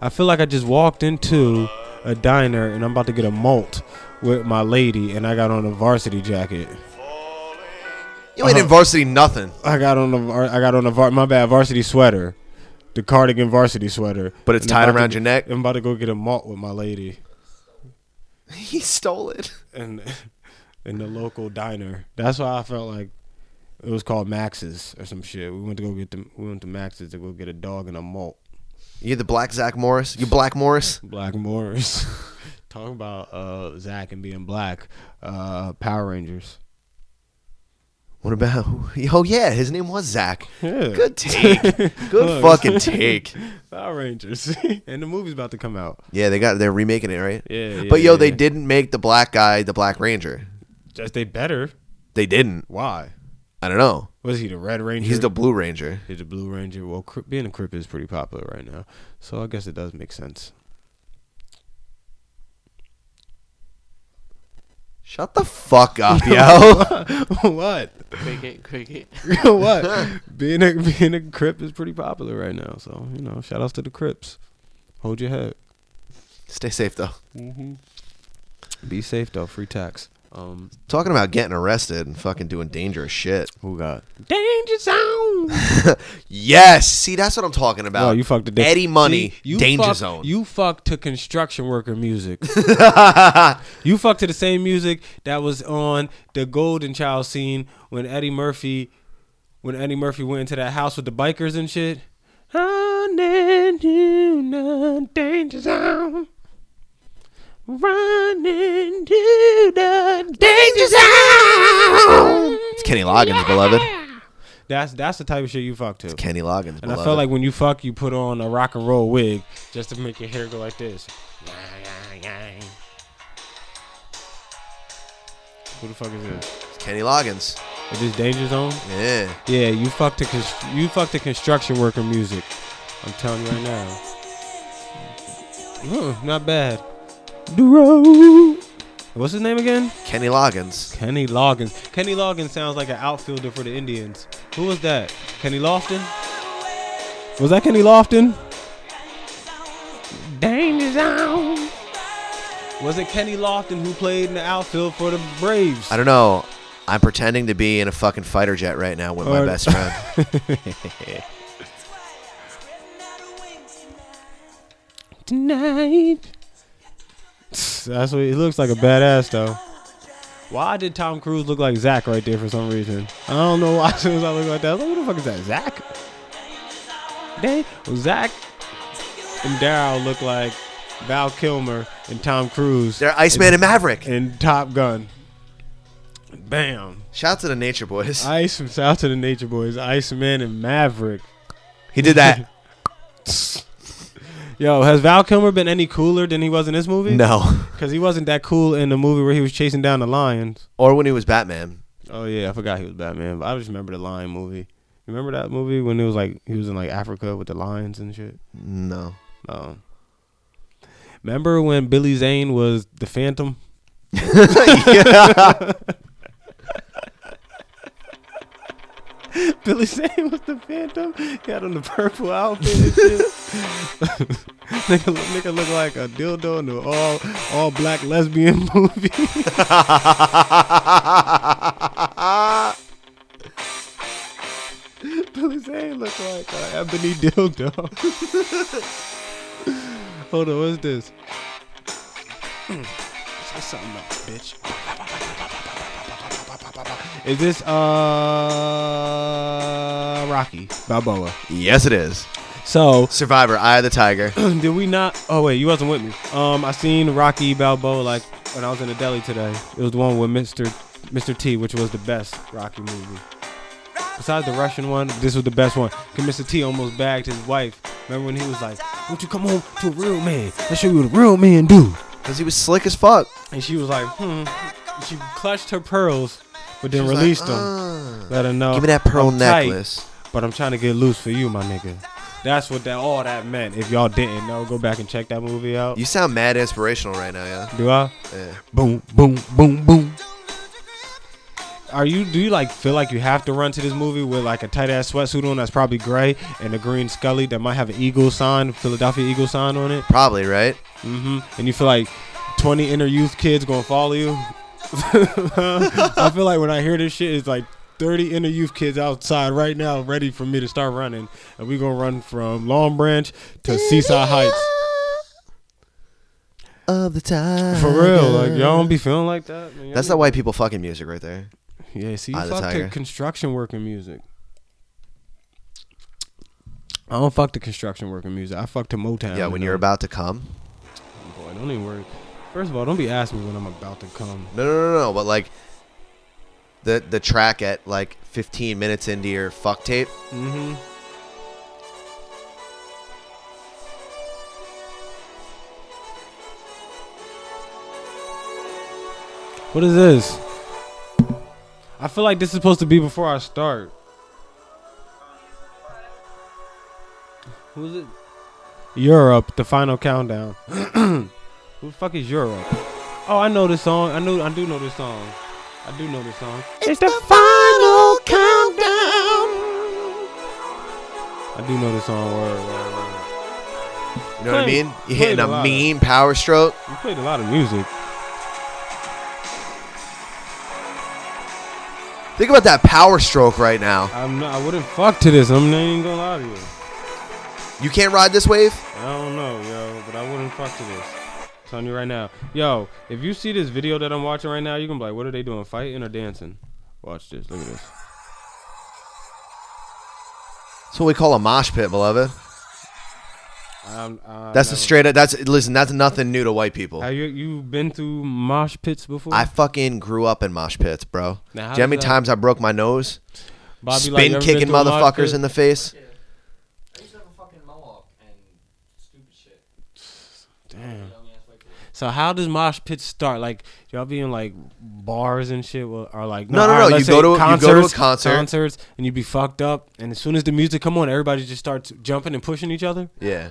Speaker 3: I feel like I just walked into a diner and I'm about to get a malt with my lady and I got on a varsity jacket.
Speaker 7: You ain't in varsity nothing,
Speaker 3: I got on a var- I got on a var- my bad varsity sweater. The cardigan varsity sweater.
Speaker 7: but it's
Speaker 3: And I'm
Speaker 7: tied
Speaker 3: about
Speaker 7: around
Speaker 3: to-
Speaker 7: your neck.
Speaker 3: I'm about to go get a malt with my lady
Speaker 7: He stole it.
Speaker 3: and in the local diner. That's why I felt like it was called Max's or some shit. We went to go get the we went to Max's to go get a dog and a malt.
Speaker 7: You the black Zach Morris? You black Morris?
Speaker 3: Black Morris. Talking about uh Zach and being black. Uh Power Rangers.
Speaker 7: What about? Oh yeah, his name was Zach.
Speaker 3: Yeah.
Speaker 7: Good take. Good
Speaker 3: Look.
Speaker 7: fucking take.
Speaker 3: Power Rangers. and the movie's about to come out.
Speaker 7: Yeah, they got they're remaking it, right?
Speaker 3: Yeah,
Speaker 7: But
Speaker 3: yeah,
Speaker 7: yo, they
Speaker 3: yeah.
Speaker 7: didn't make the black guy the Black Ranger.
Speaker 3: Just they better.
Speaker 7: They didn't.
Speaker 3: Why?
Speaker 7: I don't know.
Speaker 3: Was he the Red Ranger?
Speaker 7: He's the Blue Ranger.
Speaker 3: He's the Blue Ranger. Well, Crip, being a Crip is pretty popular right now, so I guess it does make sense.
Speaker 7: Shut the fuck up, yo.
Speaker 3: what?
Speaker 1: Cricket, cricket.
Speaker 3: what? being a being a Crip is pretty popular right now, so you know, shout outs to the Crips. Hold your head.
Speaker 7: Stay safe though.
Speaker 3: Be safe though. Free tax. Um,
Speaker 7: Talking about getting arrested and fucking doing dangerous shit.
Speaker 3: who got danger zone?
Speaker 7: Yes. See, that's what I'm talking about.
Speaker 3: No, you fucked the dick.
Speaker 7: Eddie Money,
Speaker 3: See, you
Speaker 7: Danger
Speaker 3: fuck-
Speaker 7: Zone.
Speaker 3: You fucked to construction worker music. you fucked to the same music that was on the Golden Child scene when Eddie Murphy, when Eddie Murphy went into that house with the bikers and shit. Running to the danger zone. Running to the danger zone.
Speaker 7: it's Kenny Loggins, beloved.
Speaker 3: That's that's the type of shit you fuck to.
Speaker 7: Kenny Loggins,
Speaker 3: And
Speaker 7: beloved.
Speaker 3: I felt like when you fuck, you put on a rock and roll wig just to make your hair go like this. Who the fuck is this?
Speaker 7: it's Kenny Loggins.
Speaker 3: Is this Danger Zone?
Speaker 7: Yeah.
Speaker 3: Yeah, you fuck the const- you fuck the construction worker music. I'm telling you right now. Mm, not bad. The road What's his name again?
Speaker 7: Kenny Loggins.
Speaker 3: Kenny Loggins. Kenny Loggins sounds like an outfielder for the Indians. Who was that? Kenny Lofton? Was that Kenny Lofton? Danger zone. Was it Kenny Lofton who played in the outfield for the Braves?
Speaker 7: I don't know. I'm pretending to be in a fucking fighter jet right now with my
Speaker 3: Or-
Speaker 7: best friend.
Speaker 3: Tonight. That's what he looks like a badass though. Why did Tom Cruise look like Zach right there for some reason? I don't know why as soon as I look like that. I was like, who the fuck is that? Zach? They well, Zach and Daryl look like Val Kilmer and Tom Cruise.
Speaker 7: They're Iceman and Maverick.
Speaker 3: and Top Gun. Bam.
Speaker 7: Shout out to the Nature Boys.
Speaker 3: Ice from South to the Nature Boys. Iceman and Maverick.
Speaker 7: He did that.
Speaker 3: Yo, has Val Kilmer been any cooler than he was in this movie?
Speaker 7: No.
Speaker 3: Because he wasn't that cool in the movie where he was chasing down the lions.
Speaker 7: Or when he was Batman.
Speaker 3: Oh yeah, I forgot he was Batman. But I just remember the lion movie. You Remember that movie when it was like he was in like Africa with the lions and shit.
Speaker 7: No.
Speaker 3: Um, remember when Billy Zane was the Phantom? Billy Zane was the Phantom. He had on the purple outfit and shit. nigga, look- nigga look like a dildo in the all all black lesbian movie. Billy Zane look like an Uh, ebony dildo. Hold on, what's this? Say something else, bitch. Is this uh Rocky Balboa?
Speaker 7: Yes, it is.
Speaker 3: So
Speaker 7: Survivor, Eye of the Tiger.
Speaker 3: did we not? Oh wait, you wasn't with me. Um, I seen Rocky Balboa like when I was in the deli today. It was the one with Mr. Mr. T, which was the best Rocky movie. Besides the Russian one, this was the best one. 'Cause Mr. T almost bagged his wife. Remember when he was like, "Won't you come home to a real man? I'll show you what a real man do."
Speaker 7: Because he was slick as fuck.
Speaker 3: And she was like, "Hmm." She clutched her pearls, but then
Speaker 7: was like, "Uh."
Speaker 3: released them. Let her know.
Speaker 7: Give me that pearl
Speaker 3: "I'm tight."
Speaker 7: necklace.
Speaker 3: But I'm trying to get loose for you, my nigga. That's what that all that meant. If y'all didn't know, go back and check that movie out.
Speaker 7: You sound mad inspirational right now, yeah?
Speaker 3: Do I?
Speaker 7: Yeah.
Speaker 3: Boom, boom, boom, boom. Are you? Do you like feel like you have to run to this movie with like a tight ass sweatsuit on that's probably gray and a green Scully that might have an eagle sign, Philadelphia Eagle sign on it,
Speaker 7: Probably, right?
Speaker 3: hmm and you feel like twenty inner youth kids gonna follow you? I feel like when I hear this shit, it's like thirty inner youth kids outside right now, ready for me to start running, and we gonna run from Long Branch to Seaside Heights.
Speaker 7: Of the time.
Speaker 3: For real, like y'all don't be feeling like that. man. Y'all
Speaker 7: That's
Speaker 3: be-
Speaker 7: not white people fucking music right there.
Speaker 3: Yeah, see, you
Speaker 7: Eye of the
Speaker 3: fuck
Speaker 7: Tiger.
Speaker 3: the construction working music. I don't fuck the construction working music. I fuck to Motown.
Speaker 7: yeah, when
Speaker 3: and
Speaker 7: you're
Speaker 3: all.
Speaker 7: about to come.
Speaker 3: Boy, don't even worry. First of all, don't be asking me when I'm about to come.
Speaker 7: No, no, no, no. But like the the track at like 15 minutes into your fuck tape.
Speaker 3: Mm-hmm. What is this? I feel like this is supposed to be before I start. Who's it? Europe, the final countdown. Who the fuck is Europe? Oh, I know this song. I know. I do know this song. I do know this song. It's the final countdown. I do know this song. Word, word, word.
Speaker 7: You know what I
Speaker 3: Play-
Speaker 7: mean? You're hitting
Speaker 3: played a
Speaker 7: a,
Speaker 3: lot of-
Speaker 7: mean power stroke.
Speaker 3: We played a lot of music.
Speaker 7: Think about that power stroke right now.
Speaker 3: I'm not, I wouldn't fuck to this. I'm not even gonna lie to you.
Speaker 7: You can't ride this wave.
Speaker 3: I don't know, yo, but I wouldn't fuck to this. I'm telling you right now, yo, if you see this video that I'm watching right now, you can be like, what are they doing, fighting or dancing? Watch this. Look at this.
Speaker 7: That's what we call a mosh pit, beloved.
Speaker 3: I'm, I
Speaker 7: That's a
Speaker 3: never-
Speaker 7: straight up. That's listen. That's nothing new to white people.
Speaker 3: Have you you been through mosh pits before?
Speaker 7: I fucking grew up in mosh pits, bro.
Speaker 3: Now,
Speaker 7: Do
Speaker 3: how
Speaker 7: you know how many
Speaker 3: does that-
Speaker 7: times I broke my nose?
Speaker 3: Bobby, like,
Speaker 7: Spin
Speaker 3: you ever been
Speaker 7: kicking
Speaker 3: through a mosh
Speaker 7: motherfuckers
Speaker 3: pit?
Speaker 7: in the face.
Speaker 3: Damn. So how does mosh pits start? Like y'all be in like bars and shit, well, or like
Speaker 7: No, no,
Speaker 3: all
Speaker 7: no,
Speaker 3: let's
Speaker 7: you go
Speaker 3: say
Speaker 7: to- you go to a concert.
Speaker 3: concerts, and you be fucked up, and as soon as the music come on, everybody just starts jumping and pushing each other.
Speaker 7: Yeah.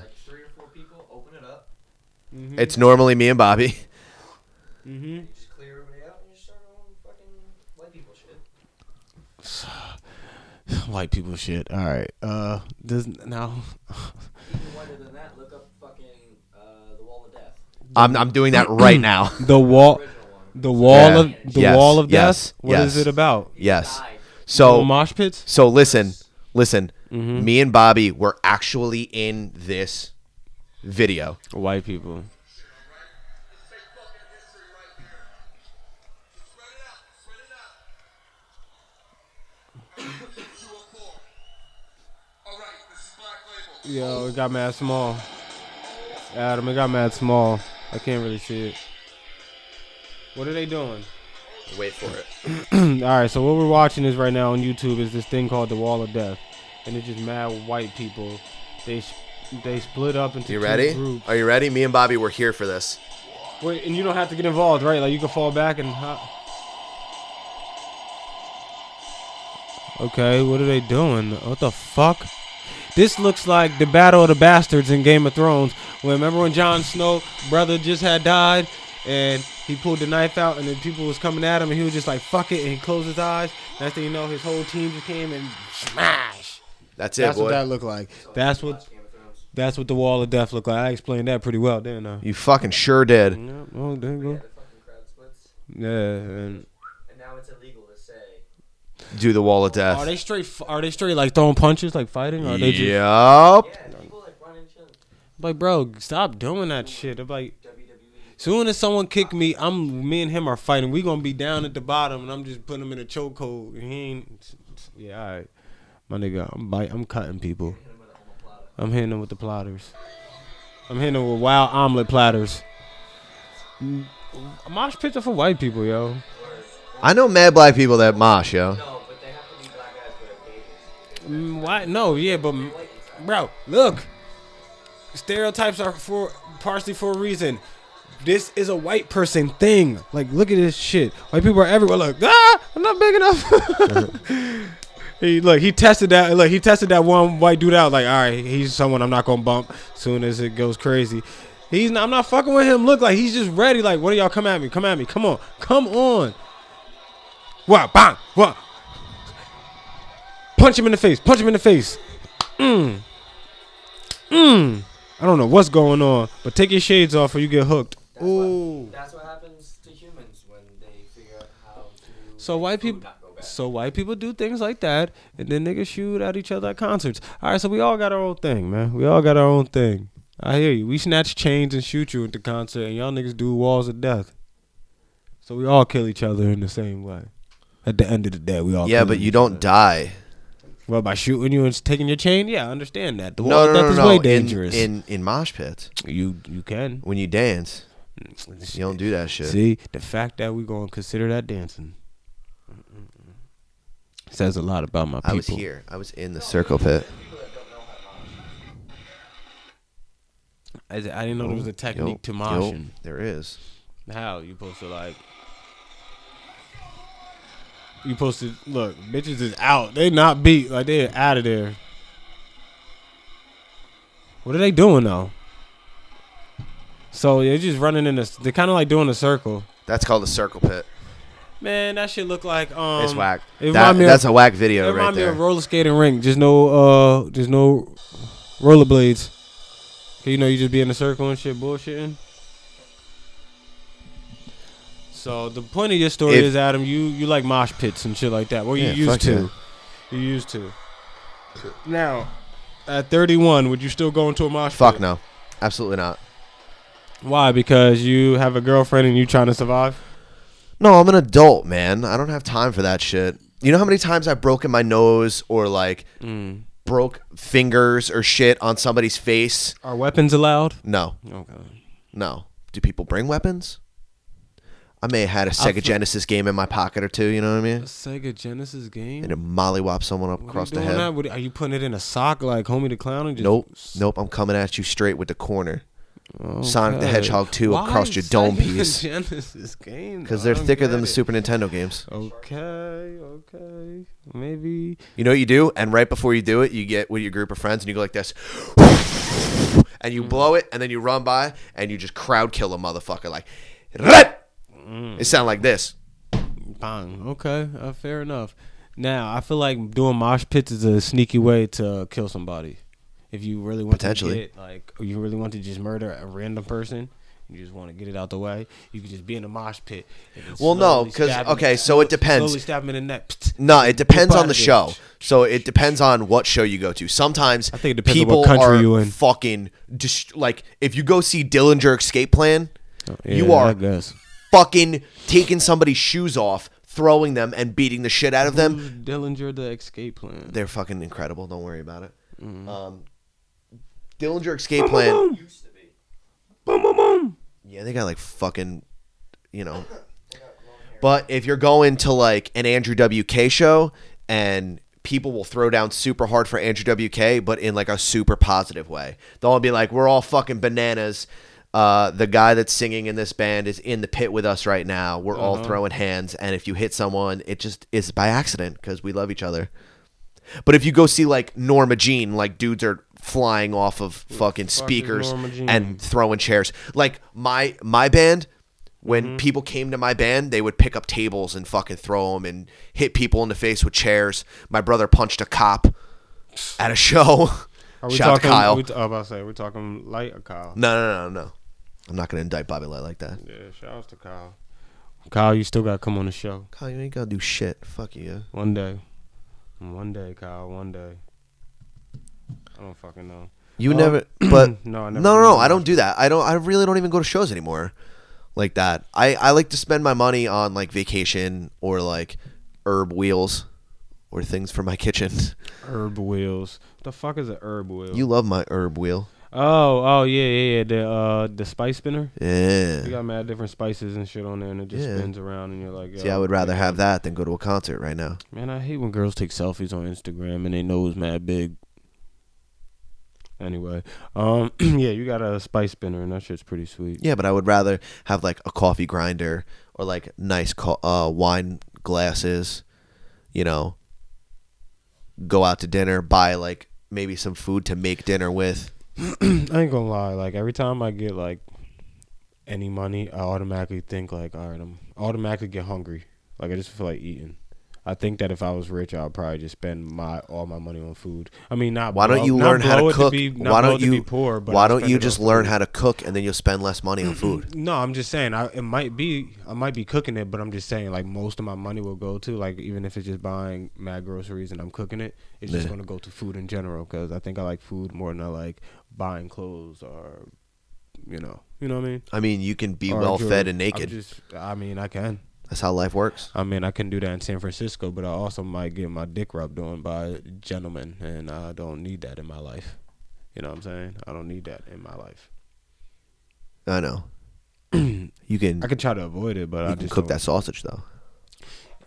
Speaker 7: It's normally me and Bobby.
Speaker 3: Mm-hmm. White people shit. All right. Uh, does now.
Speaker 8: Even wider than that, look up fucking uh, the Wall of Death.
Speaker 7: I'm, I'm doing that right now.
Speaker 3: The wall, the wall
Speaker 7: Yeah.
Speaker 3: of the
Speaker 7: Yes,
Speaker 3: wall of
Speaker 7: yes,
Speaker 3: death. What is
Speaker 7: yes.
Speaker 3: it about?
Speaker 7: Yes.
Speaker 8: Died.
Speaker 7: So
Speaker 3: mosh pits.
Speaker 7: So listen, listen.
Speaker 3: Mm-hmm.
Speaker 7: Me and Bobby were actually in this video.
Speaker 3: White people. Yo, it got mad small. Adam, it got mad small. I can't really see it. What are they doing?
Speaker 7: Wait for it.
Speaker 3: All right, so what we're watching is right now on YouTube is this thing called the Wall of Death, and it's just mad white people. They sh- they split up into
Speaker 7: You
Speaker 3: two
Speaker 7: ready?
Speaker 3: groups.
Speaker 7: Are you ready? Me and Bobby were here for this.
Speaker 3: Wait, and you don't have to get involved, right? Like you can fall back and. uh, Hop. Okay, what are they doing? What the fuck? This looks like the Battle of the Bastards in Game of Thrones. When remember when Jon Snow brother just had died, and he pulled the knife out, and then people was coming at him, and he was just like fuck it, and he closed his eyes. Next thing you know, his whole team just came and smash.
Speaker 7: That's it,
Speaker 3: That's
Speaker 7: boy.
Speaker 3: what that looked like. That's what. That's what the Wall of Death looked like. I explained that pretty well, didn't I?
Speaker 7: you fucking sure did.
Speaker 3: Yeah, well, there you go.
Speaker 8: The fucking crowd splits.
Speaker 3: Yeah, and
Speaker 8: And now it's illegal to say.
Speaker 7: Do the wall of
Speaker 3: are
Speaker 7: death.
Speaker 3: Mm-hmm. Oh, they straight? Are they straight like throwing punches, like fighting? Or are they just
Speaker 7: Yup.
Speaker 8: Yeah, people like run and shit.
Speaker 3: like, bro, stop doing that shit. I'm like,
Speaker 8: E.
Speaker 3: soon as someone kick me, I'm me and him are fighting. We gonna be down at the bottom, and I'm just putting him in a chokehold. and He ain't. Yeah, all right, my nigga, I'm bite, I'm cutting people. I'm hitting them with the platters. I'm hitting them with wild omelet platters. Mm, Mosh pits are for white people, yo.
Speaker 7: I know mad black people that mosh, yo.
Speaker 8: No, but they have to be black guys with cages.
Speaker 3: Mm, Why? No, yeah, but mm, bro, look, stereotypes are for partially for a reason. This is a white person thing. Like, look at this shit. White people are everywhere. Look, ah, I'm not big enough. he look, he tested that. Look, he tested that one white dude out. Like, all right, he's someone I'm not gonna bump. Soon as it goes crazy, he's. Not, I'm not fucking with him. Look, like he's just ready. Like, what are y'all? Come at me. Come at me. Come on. Come on. What? Bang. What? Punch him in the face. Punch him in the face. Mm. Mm. I don't know what's going on, but take your shades off or you get hooked. Ooh.
Speaker 8: That's what happens to humans when they figure out how to.
Speaker 3: So
Speaker 8: make
Speaker 3: white
Speaker 8: food
Speaker 3: people-
Speaker 8: not go bad.
Speaker 3: So white people do things like that, and then niggas shoot at each other at concerts. All right, so we all got our own thing, man. We all got our own thing. I hear you. We snatch chains and shoot you at the concert, and y'all niggas do walls of death. So we all kill each other in the same way. At the end of the day, we all
Speaker 7: Yeah,
Speaker 3: kill
Speaker 7: but
Speaker 3: each
Speaker 7: you don't
Speaker 3: other.
Speaker 7: die.
Speaker 3: Well, by shooting you and taking your chain, yeah, I understand that. The wall of
Speaker 7: No, no,
Speaker 3: death
Speaker 7: no,
Speaker 3: is
Speaker 7: no.
Speaker 3: way
Speaker 7: In-
Speaker 3: dangerous.
Speaker 7: In in mosh pits,
Speaker 3: you you can.
Speaker 7: when you dance, you don't do that shit.
Speaker 3: See, the fact that we're going to consider that dancing says a lot about my people.
Speaker 7: I was here. I was in the circle pit.
Speaker 3: I, I didn't know there was a technique
Speaker 7: Yup,
Speaker 3: to
Speaker 7: yup,
Speaker 3: moshing.
Speaker 7: There is.
Speaker 3: How you supposed to like? You supposed to look? Bitches is out. They not beat. Like they out of there. What are they doing though? So they're just running in a. They're kind of like doing a circle.
Speaker 7: That's called the circle pit.
Speaker 3: Man, that shit look like um.
Speaker 7: It's whack.
Speaker 3: it remind
Speaker 7: That-
Speaker 3: me of-
Speaker 7: that's a whack
Speaker 3: It
Speaker 7: video right
Speaker 3: reminds me
Speaker 7: there.
Speaker 3: of roller skating rink. Just no, uh, just no rollerblades. 'Cause, You know, you just be in a circle and shit, bullshitting. So the point of your story
Speaker 7: If-
Speaker 3: is, Adam, you you like mosh pits and shit like that. Well,
Speaker 7: Yeah,
Speaker 3: you used
Speaker 7: fuck
Speaker 3: to. You used to. Now, at 31, would you still go into a mosh
Speaker 7: Fuck
Speaker 3: pit?
Speaker 7: no. Absolutely not.
Speaker 3: Why? Because you have a girlfriend and you trying to survive.
Speaker 7: No, I'm an adult, man. I don't have time for that shit. You know how many times I've broken my nose or like
Speaker 3: Mm.
Speaker 7: broke fingers or shit on somebody's face?
Speaker 3: Are weapons allowed? Oh,
Speaker 7: No,
Speaker 3: Okay.
Speaker 7: no. Do people bring weapons? I may have had a Sega
Speaker 3: fe-
Speaker 7: Genesis game in my pocket or two, you know what I mean?
Speaker 3: Sega Genesis game.
Speaker 7: And it mollywop someone up
Speaker 3: What
Speaker 7: across
Speaker 3: are you
Speaker 7: the
Speaker 3: doing
Speaker 7: head.
Speaker 3: That? What- are you putting it in a sock like Homie the Clown? And just
Speaker 7: Nope, nope. I'm coming at you straight with the corner. Sonic the
Speaker 3: Okay.
Speaker 7: Hedgehog 2 across your dome
Speaker 3: Sega
Speaker 7: piece.
Speaker 3: Genesis game.
Speaker 7: Because
Speaker 3: I
Speaker 7: they're
Speaker 3: don't
Speaker 7: thicker
Speaker 3: get it.
Speaker 7: than
Speaker 3: Oh.
Speaker 7: the Super Nintendo games.
Speaker 3: Okay, okay, maybe.
Speaker 7: You know what you do? And right before you do it, you get with your group of friends and you go like this. And
Speaker 3: Hmm.
Speaker 7: you blow it, and then you run by, and you just crowd kill a motherfucker like,
Speaker 3: Hmm.
Speaker 7: "Rip!" it sound like this.
Speaker 3: Bang. Okay, uh, fair enough. Now I feel like doing mosh pits is a sneaky way to kill somebody. If you really want
Speaker 6: Potentially.
Speaker 3: to get, like or you really want to just murder a random person, you just want to get it out the way. You can just be in a mosh pit. and just
Speaker 7: Well, no,
Speaker 3: slowly
Speaker 7: 'cause-
Speaker 3: stab 'em-
Speaker 7: okay, so it depends.
Speaker 3: Slowly stab 'em in the neck. Pst.
Speaker 7: No, it depends on the
Speaker 3: Bitch.
Speaker 7: show. So it depends on what show you go to. Sometimes
Speaker 3: I think it depends on
Speaker 7: people
Speaker 3: what country
Speaker 7: are
Speaker 3: you in.
Speaker 7: fucking just like if you go see Dillinger Escape Plan, you
Speaker 3: Oh, Yeah,
Speaker 7: are
Speaker 3: I guess.
Speaker 7: fucking taking somebody's shoes off, throwing them, and beating the shit out of them.
Speaker 3: Dillinger the escape plan.
Speaker 7: They're fucking incredible. Don't worry about it. Um, Dillinger Escape Plan. Boom, boom, boom. Yeah, they got like fucking, you know. But if you're going to like an Andrew WK show and people will throw down super hard for Andrew WK, but in like a super positive way, they'll all be like, we're all fucking bananas. Uh, the guy that's singing in this band is in the pit with us right now. We're all throwing hands. And if you hit someone, it just is by accident because we love each other. But if you go see like Norma Jean, like dudes are flying off of fucking speakers
Speaker 3: Norma Jean?
Speaker 7: and throwing chairs. Like my my band, when
Speaker 3: Mm-hmm.
Speaker 7: people came to my band, they would pick up tables and fucking throw them and hit people in the face with chairs. My brother punched a cop at a show. Shout out to
Speaker 3: talking,
Speaker 7: Kyle.
Speaker 3: are we t- oh, I was about to say we're talking light or Kyle.
Speaker 7: no, no, no, no, no. I'm not gonna indict Bobby Light like that.
Speaker 3: Yeah, shout out to Kyle. Kyle, you still gotta come on the show
Speaker 7: Kyle, you ain't gonna do shit. Fuck you.
Speaker 3: one day. One day, Kyle. One day. I don't fucking know.
Speaker 7: You
Speaker 3: Oh.
Speaker 7: never, but
Speaker 3: No,
Speaker 7: no,
Speaker 3: I
Speaker 7: no,
Speaker 3: never did
Speaker 7: no, no,
Speaker 3: that.
Speaker 7: I don't do that. I don't. I really don't even go to shows anymore, like that. I I like to spend my money on like vacation or like herb wheels or things for my kitchen.
Speaker 3: Herb wheels. The fuck is a herb wheel?
Speaker 7: You love my herb wheel,
Speaker 3: oh, oh yeah, yeah, yeah. The uh, the spice spinner. You
Speaker 7: yeah.
Speaker 3: got mad different spices and shit on there, and it just
Speaker 7: Yeah.
Speaker 3: spins around, and you're like,
Speaker 7: See, I would rather have that than go to a concert right now.
Speaker 3: Man, I hate when girls take selfies on Instagram and they nose mad big. Anyway, um, yeah, you got a spice spinner, and that shit's pretty sweet.
Speaker 7: Yeah, but I would rather have like a coffee grinder or like nice co- uh, wine glasses. You know, go out to dinner, buy like maybe some food to make dinner with.
Speaker 3: I ain't gonna lie. Like every time I get like any money, I automatically think like, all right, I'm I automatically get hungry. Like I just feel like eating. I think that if I was rich, I would probably just spend my all my money on food. I mean, not.
Speaker 7: Why don't
Speaker 3: blow-
Speaker 7: you
Speaker 3: not
Speaker 7: learn how
Speaker 3: blow it
Speaker 7: to cook?
Speaker 3: be- not
Speaker 7: why
Speaker 3: blow
Speaker 7: don't
Speaker 3: it to
Speaker 7: you?
Speaker 3: be poor? But
Speaker 7: why
Speaker 3: I'd
Speaker 7: don't
Speaker 3: spend
Speaker 7: you
Speaker 3: it
Speaker 7: just
Speaker 3: on
Speaker 7: learn
Speaker 3: food.
Speaker 7: how to cook and then you'll spend less money on food?
Speaker 3: No, I'm just saying. I it might be. I might be cooking it, but I'm just saying. Like most of my money will go to like even if it's just buying mad groceries and I'm cooking it, it's just
Speaker 7: Yeah.
Speaker 3: gonna go to food in general because I think I like food more than I like buying clothes or, you know, you know what I mean.
Speaker 7: I mean, you can be
Speaker 3: Or
Speaker 7: well
Speaker 3: jewelry.
Speaker 7: fed and
Speaker 3: I'm
Speaker 7: naked.
Speaker 3: just- I mean, I can.
Speaker 7: That's how life works.
Speaker 3: I mean, I can do that in San Francisco, but I also might get my dick rubbed on by a gentleman, and I don't need that in my life. You know what I'm saying? I don't need that in my life.
Speaker 7: I know. you can
Speaker 3: I can try to avoid it, but I
Speaker 7: you can
Speaker 3: just
Speaker 7: cook
Speaker 3: don't.
Speaker 7: that sausage though.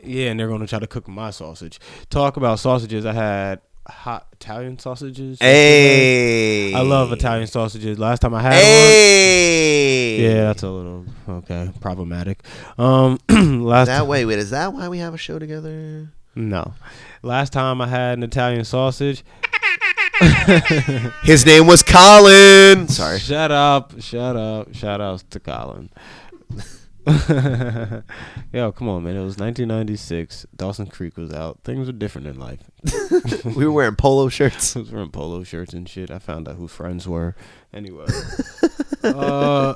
Speaker 3: Yeah, and they're gonna try to cook my sausage. Talk about sausages. I had hot Italian sausages. yesterday.
Speaker 7: Hey,
Speaker 3: I love Italian sausages. Last time I had one.
Speaker 7: Hey,
Speaker 3: Yeah, that's a little okay problematic. Um, last
Speaker 7: That way, wait, is that why we have a show together?
Speaker 3: no, last time I had an Italian sausage.
Speaker 7: His name was Colin. Sorry.
Speaker 3: Shut up! Shut up! Shout outs to Colin. Yo, come on, man! It was 1996. Dawson Creek was out. Things were different in life.
Speaker 7: We were wearing polo shirts.
Speaker 3: Those were in polo shirts and shit. I found out who friends were. Anyway. uh,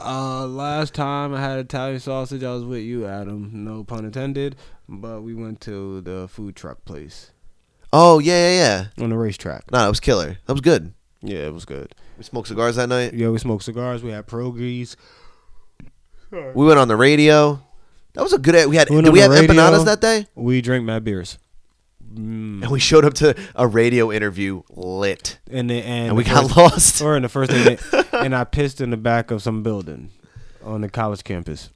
Speaker 3: uh, last time I had Italian sausage, I was with you, Adam. No pun intended. But we went to the food truck place
Speaker 7: Oh yeah, yeah, yeah.
Speaker 3: on the racetrack.
Speaker 7: No, that was killer. That was good.
Speaker 3: Yeah, it was good.
Speaker 7: We smoked cigars that night.
Speaker 3: Yeah, we smoked cigars. We had pierogies.
Speaker 7: We went on the radio. That was a good. We had.
Speaker 3: We went
Speaker 7: did
Speaker 3: on
Speaker 7: we
Speaker 3: the
Speaker 7: have
Speaker 3: radio.
Speaker 7: empanadas that day?
Speaker 3: We drank mad beers.
Speaker 7: And we showed up to a radio interview lit,
Speaker 3: And, the, and,
Speaker 7: and we
Speaker 3: the
Speaker 7: got
Speaker 3: first-
Speaker 7: lost.
Speaker 3: Or in the first thing. they- and I pissed in the back of some building on the college campus.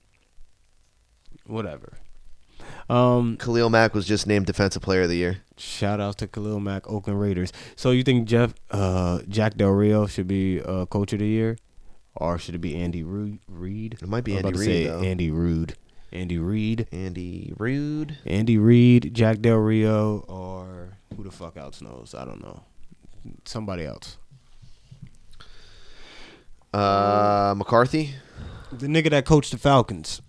Speaker 3: Whatever. Um,
Speaker 7: Khalil Mack was just named Defensive Player of the Year.
Speaker 3: Shout out to Khalil Mack, Oakland Raiders. So you think Jeff uh, Jack Del Rio should be uh, coach of the year, or should it be Andy Ru- Reid?
Speaker 7: It might be
Speaker 3: I was about
Speaker 7: Andy
Speaker 3: to say
Speaker 7: Reid, though.
Speaker 3: Andy Reid. Andy Reid.
Speaker 7: Andy Rude.
Speaker 3: Andy Reid, Jack Del Rio, or who the fuck else knows? I don't know. Somebody else.
Speaker 7: Uh, McCarthy.
Speaker 3: The nigga that coached the Falcons.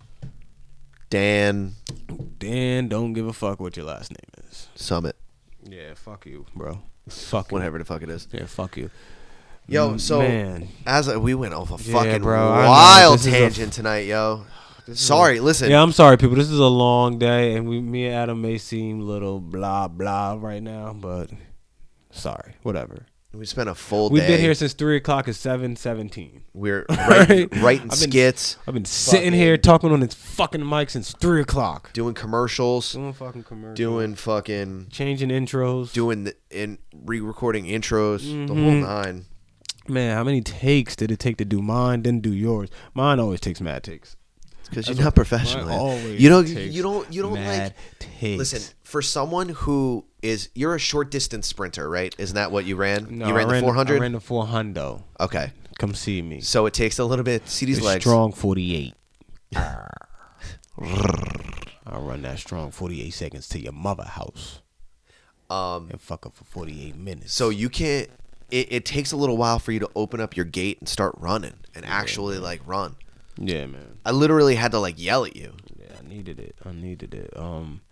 Speaker 7: Dan.
Speaker 3: Dan, don't give a fuck what your last name is.
Speaker 7: Summit,
Speaker 3: Yeah, fuck you, bro. Fuck you.
Speaker 7: whatever the fuck it is.
Speaker 3: Yeah, fuck you.
Speaker 7: Yo,
Speaker 3: Mm,
Speaker 7: so
Speaker 3: man.
Speaker 7: as I, we went off a
Speaker 3: Yeah,
Speaker 7: fucking
Speaker 3: bro, I know.
Speaker 7: wild
Speaker 3: This is a-
Speaker 7: tangent tonight, yo. Sorry, listen.
Speaker 3: Yeah, I'm sorry, people. This is a long day, and we, me and Adam may seem little blah blah right now, but sorry, whatever.
Speaker 7: we spent a full
Speaker 3: We've
Speaker 7: day.
Speaker 3: been here since three o'clock. It's seven seventeen.
Speaker 7: We're writing, writing
Speaker 3: I've been-
Speaker 7: skits,
Speaker 3: I've been sitting here talking on this fucking mic since three o'clock.
Speaker 7: doing commercials,
Speaker 3: Doing fucking commercials.
Speaker 7: doing fucking,
Speaker 3: changing intros.
Speaker 7: doing the, and re-recording intros, the whole
Speaker 3: Mm-hmm.
Speaker 7: nine.
Speaker 3: Man, how many takes did it take to do mine? Then do yours. Mine always takes mad takes.
Speaker 7: Because you're
Speaker 3: That's
Speaker 7: not
Speaker 3: what-
Speaker 7: professional.
Speaker 3: mine
Speaker 7: man.
Speaker 3: always
Speaker 7: You don't.
Speaker 3: takes
Speaker 7: You don't. You don't
Speaker 3: mad
Speaker 7: like.
Speaker 3: takes.
Speaker 7: Listen, for someone who is, you're a short distance sprinter, right? Isn't that what you ran?
Speaker 3: No,
Speaker 7: you ran,
Speaker 3: I
Speaker 7: the 400.
Speaker 3: I ran the four hundo.
Speaker 7: okay,
Speaker 3: Come see me.
Speaker 7: so it takes a little bit. See these
Speaker 3: The
Speaker 7: legs.
Speaker 3: Strong 48. I'll run that strong 48 seconds to your mother house
Speaker 7: Um.
Speaker 3: and fuck up for 48 minutes.
Speaker 7: So you can't. It, it takes a little while for you to open up your gate and start running and actually like run.
Speaker 3: yeah, man.
Speaker 7: I literally had to like yell at you.
Speaker 3: Yeah, I needed it. I needed it. Um,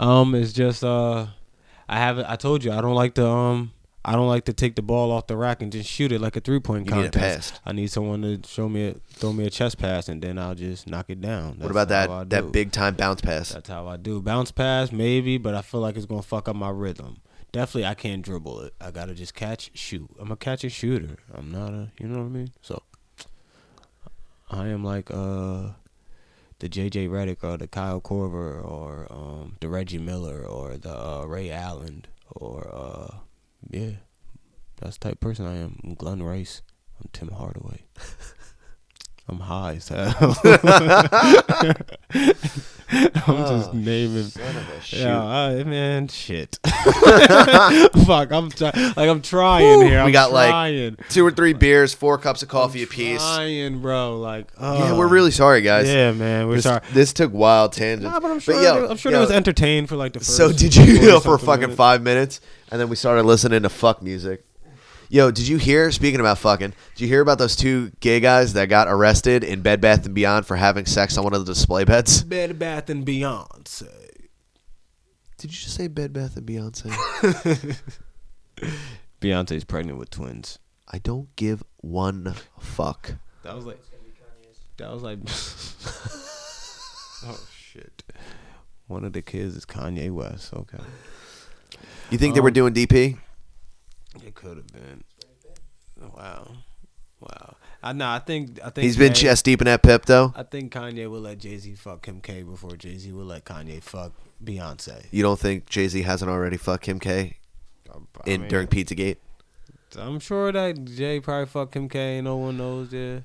Speaker 3: um, it's just uh, I haven't. I told you I don't like to um, I don't like to take the ball off the rack and just shoot it like a three point
Speaker 7: You need a
Speaker 3: contest.
Speaker 7: pass.
Speaker 3: I need someone to show me, a, throw me a chest pass, and then I'll just knock it down.
Speaker 7: What
Speaker 3: That's
Speaker 7: about
Speaker 3: how I
Speaker 7: that
Speaker 3: do.
Speaker 7: that big time bounce pass?
Speaker 3: That's how I do. Bounce pass maybe, but I feel like it's gonna fuck up my rhythm. Definitely, I can't dribble it. I gotta just catch, shoot. I'm a catch and shooter. I'm not a, you know what I mean. So, I am like uh, the J.J. Redick or the Kyle Corver or um, the Reggie Miller or the uh, Ray Allen or uh, yeah, that's the type of person I am. I'm Glenn Rice. I'm Tim Hardaway. I'm high as hell. I'm
Speaker 7: Oh,
Speaker 3: just naming. Yeah, I, man, shit. Fuck, I'm try- like I'm trying here. I'm
Speaker 7: we got
Speaker 3: trying.
Speaker 7: like two or three beers, four cups of coffee apiece.
Speaker 3: Trying, bro. Like,
Speaker 7: Yeah,
Speaker 3: uh,
Speaker 7: we're really sorry, guys.
Speaker 3: Yeah, man, we're
Speaker 7: this,
Speaker 3: sorry.
Speaker 7: this took wild tangents.
Speaker 3: Nah, but I'm sure.
Speaker 7: yo,
Speaker 3: I'm sure
Speaker 7: yo,
Speaker 3: it was entertained for like the first.
Speaker 7: So did you
Speaker 3: 40
Speaker 7: go for
Speaker 3: something
Speaker 7: fucking
Speaker 3: minutes.
Speaker 7: five minutes, and then we started listening to fuck music? Yo, did you hear? Speaking about fucking, did you hear about those two gay guys that got arrested in Bed Bath and Beyond for having sex on one of the display beds?
Speaker 3: Bed Bath and Beyonce.
Speaker 7: Did you just say Bed Bath and Beyonce?
Speaker 3: Beyonce's pregnant with twins.
Speaker 7: I don't give one fuck.
Speaker 3: That was like. That was like. oh shit! One of the kids is Kanye West. Okay.
Speaker 7: You think
Speaker 3: Um,
Speaker 7: they were doing DP?
Speaker 3: It could have been. Wow. Wow. I know. I think. I think
Speaker 7: He's been
Speaker 3: Jay-
Speaker 7: chest deep in that Pepto.
Speaker 3: I think Kanye will let Jay Z fuck Kim K before Jay Z will let Kanye fuck Beyonce.
Speaker 7: You don't think Jay Z hasn't already fucked Kim K
Speaker 3: I
Speaker 7: in
Speaker 3: mean,
Speaker 7: during Pizzagate?
Speaker 3: I'm sure that Jay probably fucked Kim K. and No one knows yeah,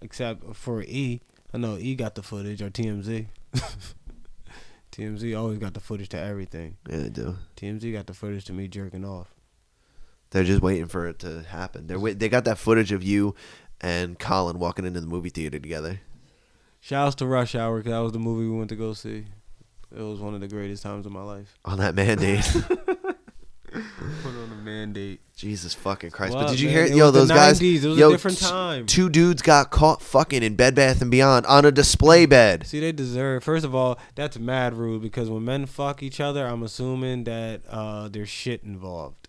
Speaker 3: except for E. I know E got the footage or TMZ. TMZ always got the footage to everything.
Speaker 7: Yeah, they do.
Speaker 3: TMZ got the footage to me jerking off.
Speaker 7: They're just waiting for it to happen. They're wait- they got that footage of you and Colin walking into the movie theater together.
Speaker 3: Shouts to Rush Hour 'cause that was the movie we went to go see. It was one of the greatest times of my life.
Speaker 7: on that mandate.
Speaker 3: Put on a mandate.
Speaker 7: Jesus fucking Christ!
Speaker 3: Wow,
Speaker 7: but did you
Speaker 3: man,
Speaker 7: hear?
Speaker 3: it
Speaker 7: yo,
Speaker 3: was the
Speaker 7: those guys.
Speaker 3: 90s. It was a
Speaker 7: yo,
Speaker 3: different
Speaker 7: t-
Speaker 3: time.
Speaker 7: Two dudes got caught fucking in Bed Bath and Beyond on a display bed.
Speaker 3: See, they deserve. First of all, that's mad rude because when men fuck each other, I'm assuming that uh, there's shit involved,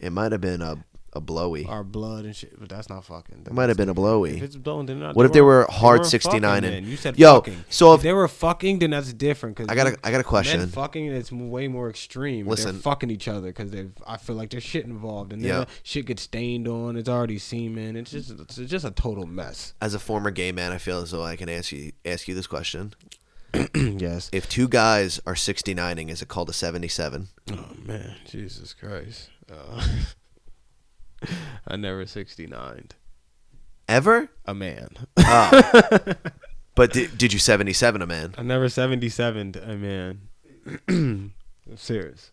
Speaker 7: It might have been a a blowy.
Speaker 3: our blood and shit. But that's not fucking.
Speaker 7: It might have been a
Speaker 3: If
Speaker 7: blowy.
Speaker 3: it's blown, then not.
Speaker 7: What if they were
Speaker 3: weren't-
Speaker 7: hard
Speaker 3: weren't
Speaker 7: 69
Speaker 3: fucking
Speaker 7: and-
Speaker 3: then. you said
Speaker 7: Yo,
Speaker 3: fucking.
Speaker 7: so
Speaker 3: if,
Speaker 7: if-
Speaker 3: they were fucking, then that's different. Cause
Speaker 7: I got a-
Speaker 3: men-
Speaker 7: I got a question.
Speaker 3: Men fucking, it's way more extreme. Listen,
Speaker 7: Listen.
Speaker 3: they're fucking each other because they. I feel like there's shit involved, and then
Speaker 7: Yeah.
Speaker 3: that shit gets stained on. It's already semen. It's just it's just a total mess.
Speaker 7: As a former gay man, I feel as though I can ask you ask you this question:
Speaker 3: yes.
Speaker 7: If two guys are 69ing, is it called a 77?
Speaker 3: Oh man, Jesus Christ! Uh, I never 69'd
Speaker 7: Ever?
Speaker 3: a man.
Speaker 7: But did, did you 77 a man?
Speaker 3: I never 77'd a man. I'm serious.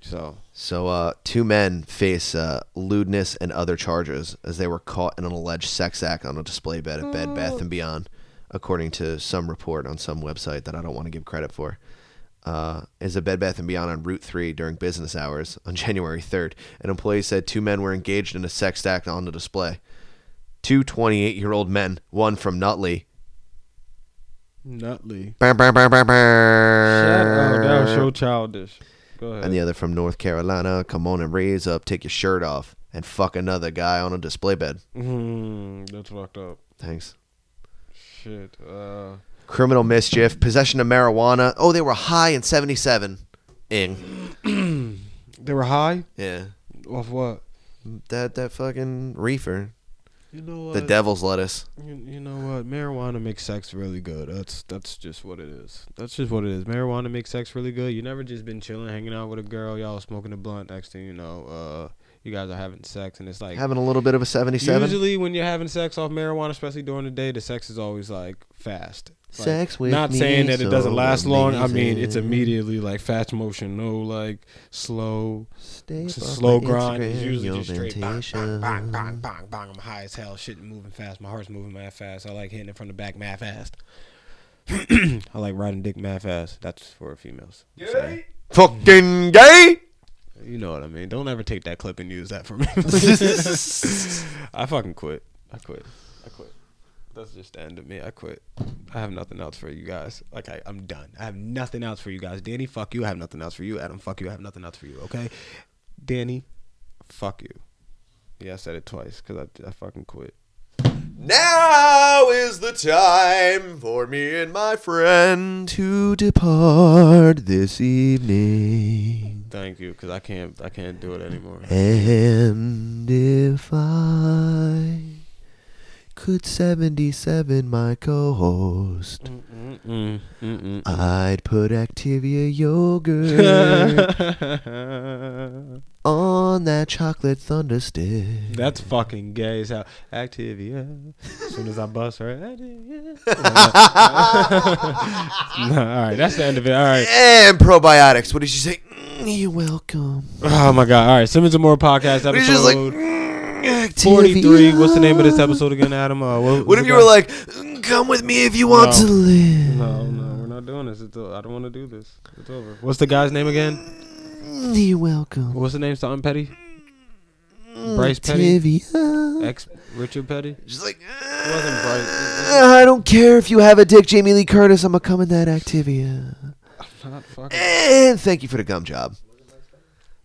Speaker 3: So
Speaker 7: So, uh, two men face uh, lewdness and other charges as they were caught in an alleged sex act on a display bed at Bed Bath and Beyond, according to some report on some website that I don't want to give credit for. Uh, is a Bed Bath and Beyond on Route 3 during business hours on January 3rd. An employee said two men were engaged in a sex act on the display. Two 28 year old men, one from Nutley.
Speaker 3: Nutley.
Speaker 7: Brr, brr, brr, brr,
Speaker 3: Shut up. That was
Speaker 7: brr.
Speaker 3: so childish. Go ahead.
Speaker 7: and the other from North Carolina. Come on and raise up, take your shirt off, and fuck another guy on a display bed.
Speaker 3: Mm, that's fucked up.
Speaker 7: Thanks.
Speaker 3: Shit. Uh,
Speaker 7: Criminal mischief, possession of marijuana. Oh, they were high in '77. Ing.
Speaker 3: they were high
Speaker 7: Yeah.
Speaker 3: off what?
Speaker 7: That that fucking reefer.
Speaker 3: You know what?
Speaker 7: The devil's lettuce.
Speaker 3: You, you know what? Marijuana makes sex really good. That's that's just what it is. That's just what it is. Marijuana makes sex really good. You never just been chilling, hanging out with a girl, y'all smoking a blunt. Next thing you know, uh, you guys are having sex, and it's like
Speaker 7: Having a little bit of a '77.
Speaker 3: usually when you're having sex off marijuana, especially during the day, the sex is always like fast. Like,
Speaker 7: Sex with
Speaker 3: not
Speaker 7: me
Speaker 3: saying that it doesn't
Speaker 7: so
Speaker 3: last long. I mean, it's
Speaker 7: amazing.
Speaker 3: immediately like fast motion, no like slow.
Speaker 7: Stay
Speaker 3: It's a
Speaker 7: up on
Speaker 3: slow
Speaker 7: my
Speaker 3: grind. It's
Speaker 7: Instagram,
Speaker 3: usually
Speaker 7: your
Speaker 3: just straight bang, bang,
Speaker 7: Vantasia.
Speaker 3: bang, bang, bang, bang. I'm high as hell. Shit moving fast. My heart's moving mad fast. I like hitting it from the back mad fast. I like riding dick mad fast. That's for females. Sorry.
Speaker 7: Fucking gay.
Speaker 3: You know what I mean. Don't ever take that clip and use that for me. I fucking quit. I quit. I quit. That's just the end of me. I quit. I have nothing else for you guys. Like I, I'm done. I have nothing else for you guys. Danny, fuck you. I have nothing else for you. Adam, fuck you. I have nothing else for you. Okay, Danny, fuck you. Yeah, I said it twice because I, I fucking quit.
Speaker 7: Now is the time for me and my friend to depart this evening.
Speaker 3: Thank you because I can't. I can't do it anymore.
Speaker 7: And if I could 77 my co host,
Speaker 3: Mm-mm, mm-mm.
Speaker 7: I'd put Activia yogurt on that chocolate thunder stick.
Speaker 3: That's fucking gay as hell. Activia. As soon as I bust her, Activia. no, all right, that's the end of it. All right.
Speaker 7: And probiotics. What did she say? Mm, You're welcome.
Speaker 3: Oh my god. All right, Simmons and More podcast
Speaker 7: What did she just like?
Speaker 3: episode
Speaker 7: Mm,
Speaker 3: forty three. What's the name of this
Speaker 7: Activia.
Speaker 3: episode again, Adam? Uh, what,
Speaker 7: What if you were like, "Mm, come with me if you want
Speaker 3: No.
Speaker 7: to live?
Speaker 3: No, no, we're not doing this. It's, o- I don't want to do this. It's over. What's the guy's name again?
Speaker 7: Mm, You're welcome.
Speaker 3: What's the name? Something Petty.
Speaker 7: Mm,
Speaker 3: Bryce Petty?
Speaker 7: Activia.
Speaker 3: Ex Richard Petty.
Speaker 7: She's like,
Speaker 3: wasn't Bryce.
Speaker 7: "Uh, I don't care if you have a dick, Jamie Lee Curtis. I'm going to come in that Activia.
Speaker 3: Not fucking.
Speaker 7: And thank you for the gum job.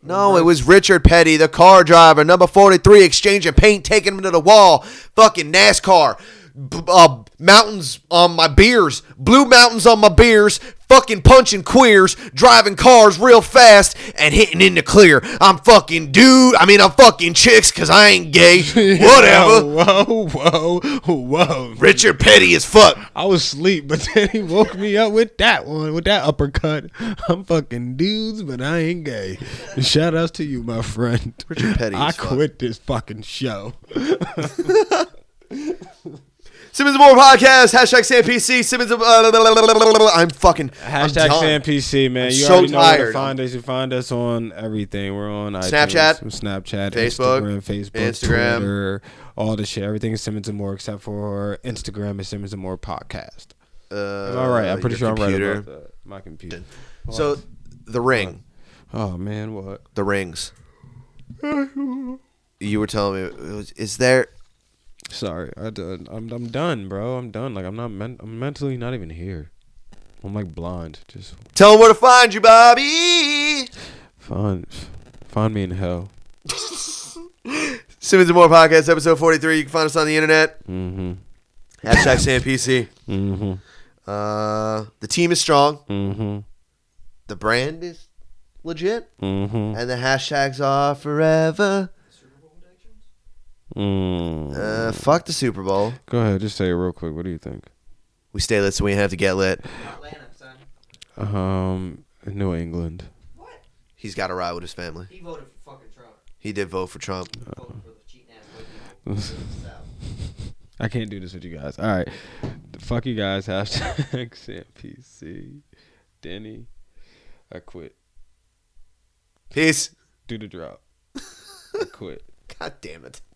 Speaker 7: No, it was Richard Petty, the car driver, number 43, exchanging paint, taking him to the wall. Fucking NASCAR. B- uh, mountains on my beers. Blue mountains on my beers. Fucking punching queers. Driving cars real fast and hitting in the clear. I'm fucking dude. I mean, I'm fucking chicks because I ain't gay. Whatever.
Speaker 3: Whoa, whoa, whoa.
Speaker 7: Richard Petty as fuck.
Speaker 3: I was asleep, but then he woke me up with that one, with that uppercut. I'm fucking dudes, but I ain't gay. Shout outs to you, my friend.
Speaker 7: Richard Petty
Speaker 3: I
Speaker 7: as fuck.
Speaker 3: quit this fucking show.
Speaker 7: Simmons and More Podcast. Hashtag SamPC. Simmons and... Uh, I'm fucking... I'm
Speaker 3: Hashtag
Speaker 7: done.
Speaker 3: SamPC, man.
Speaker 7: I'm
Speaker 3: you
Speaker 7: so
Speaker 3: already know where to
Speaker 7: tired.
Speaker 3: find us. You find us on everything. We're on
Speaker 7: Snapchat,
Speaker 3: iTunes, Snapchat,
Speaker 7: Facebook,
Speaker 3: Instagram, Facebook,
Speaker 7: Instagram.
Speaker 3: Twitter, all the shit. Everything is Simmons and More except for Instagram is Simmons and More podcast.
Speaker 7: Uh,
Speaker 3: Am I right? I'm pretty sure
Speaker 7: your
Speaker 3: I'm right
Speaker 7: computer.
Speaker 3: about that. My computer.
Speaker 7: So, the ring,
Speaker 3: Oh man, what?
Speaker 7: the rings. You were telling me, is there?
Speaker 3: Sorry, I done, I'm I'm done, bro. I'm done. Like I'm not men- I'm mentally not even here. I'm like blind. Just
Speaker 7: Tell them where to find you, Bobby.
Speaker 3: find find me in hell.
Speaker 7: Simmons and More podcast episode 43. You can find us on the internet.
Speaker 3: Mhm.
Speaker 7: Hashtag SamPC.
Speaker 3: Mhm.
Speaker 7: Uh, the team is strong.
Speaker 3: Mhm.
Speaker 7: The brand is legit,
Speaker 3: Mhm.
Speaker 7: and the hashtags are forever.
Speaker 3: Mm.
Speaker 7: Uh, fuck the Super Bowl.
Speaker 3: Go ahead, just say it real quick. What do you think?
Speaker 7: We stay lit, so we ain't have to get lit.
Speaker 8: Atlanta, son.
Speaker 3: Um, New England.
Speaker 7: He's got to ride with his family.
Speaker 8: He voted for fucking Trump.
Speaker 7: He did vote for Trump.
Speaker 8: He voted for the cheating ass white people.
Speaker 3: I can't do this with you guys. All right, fuck you guys. Hashtag Sam PC. Denny, I quit.
Speaker 7: Peace.
Speaker 3: Do the drop. I quit.
Speaker 7: God damn it.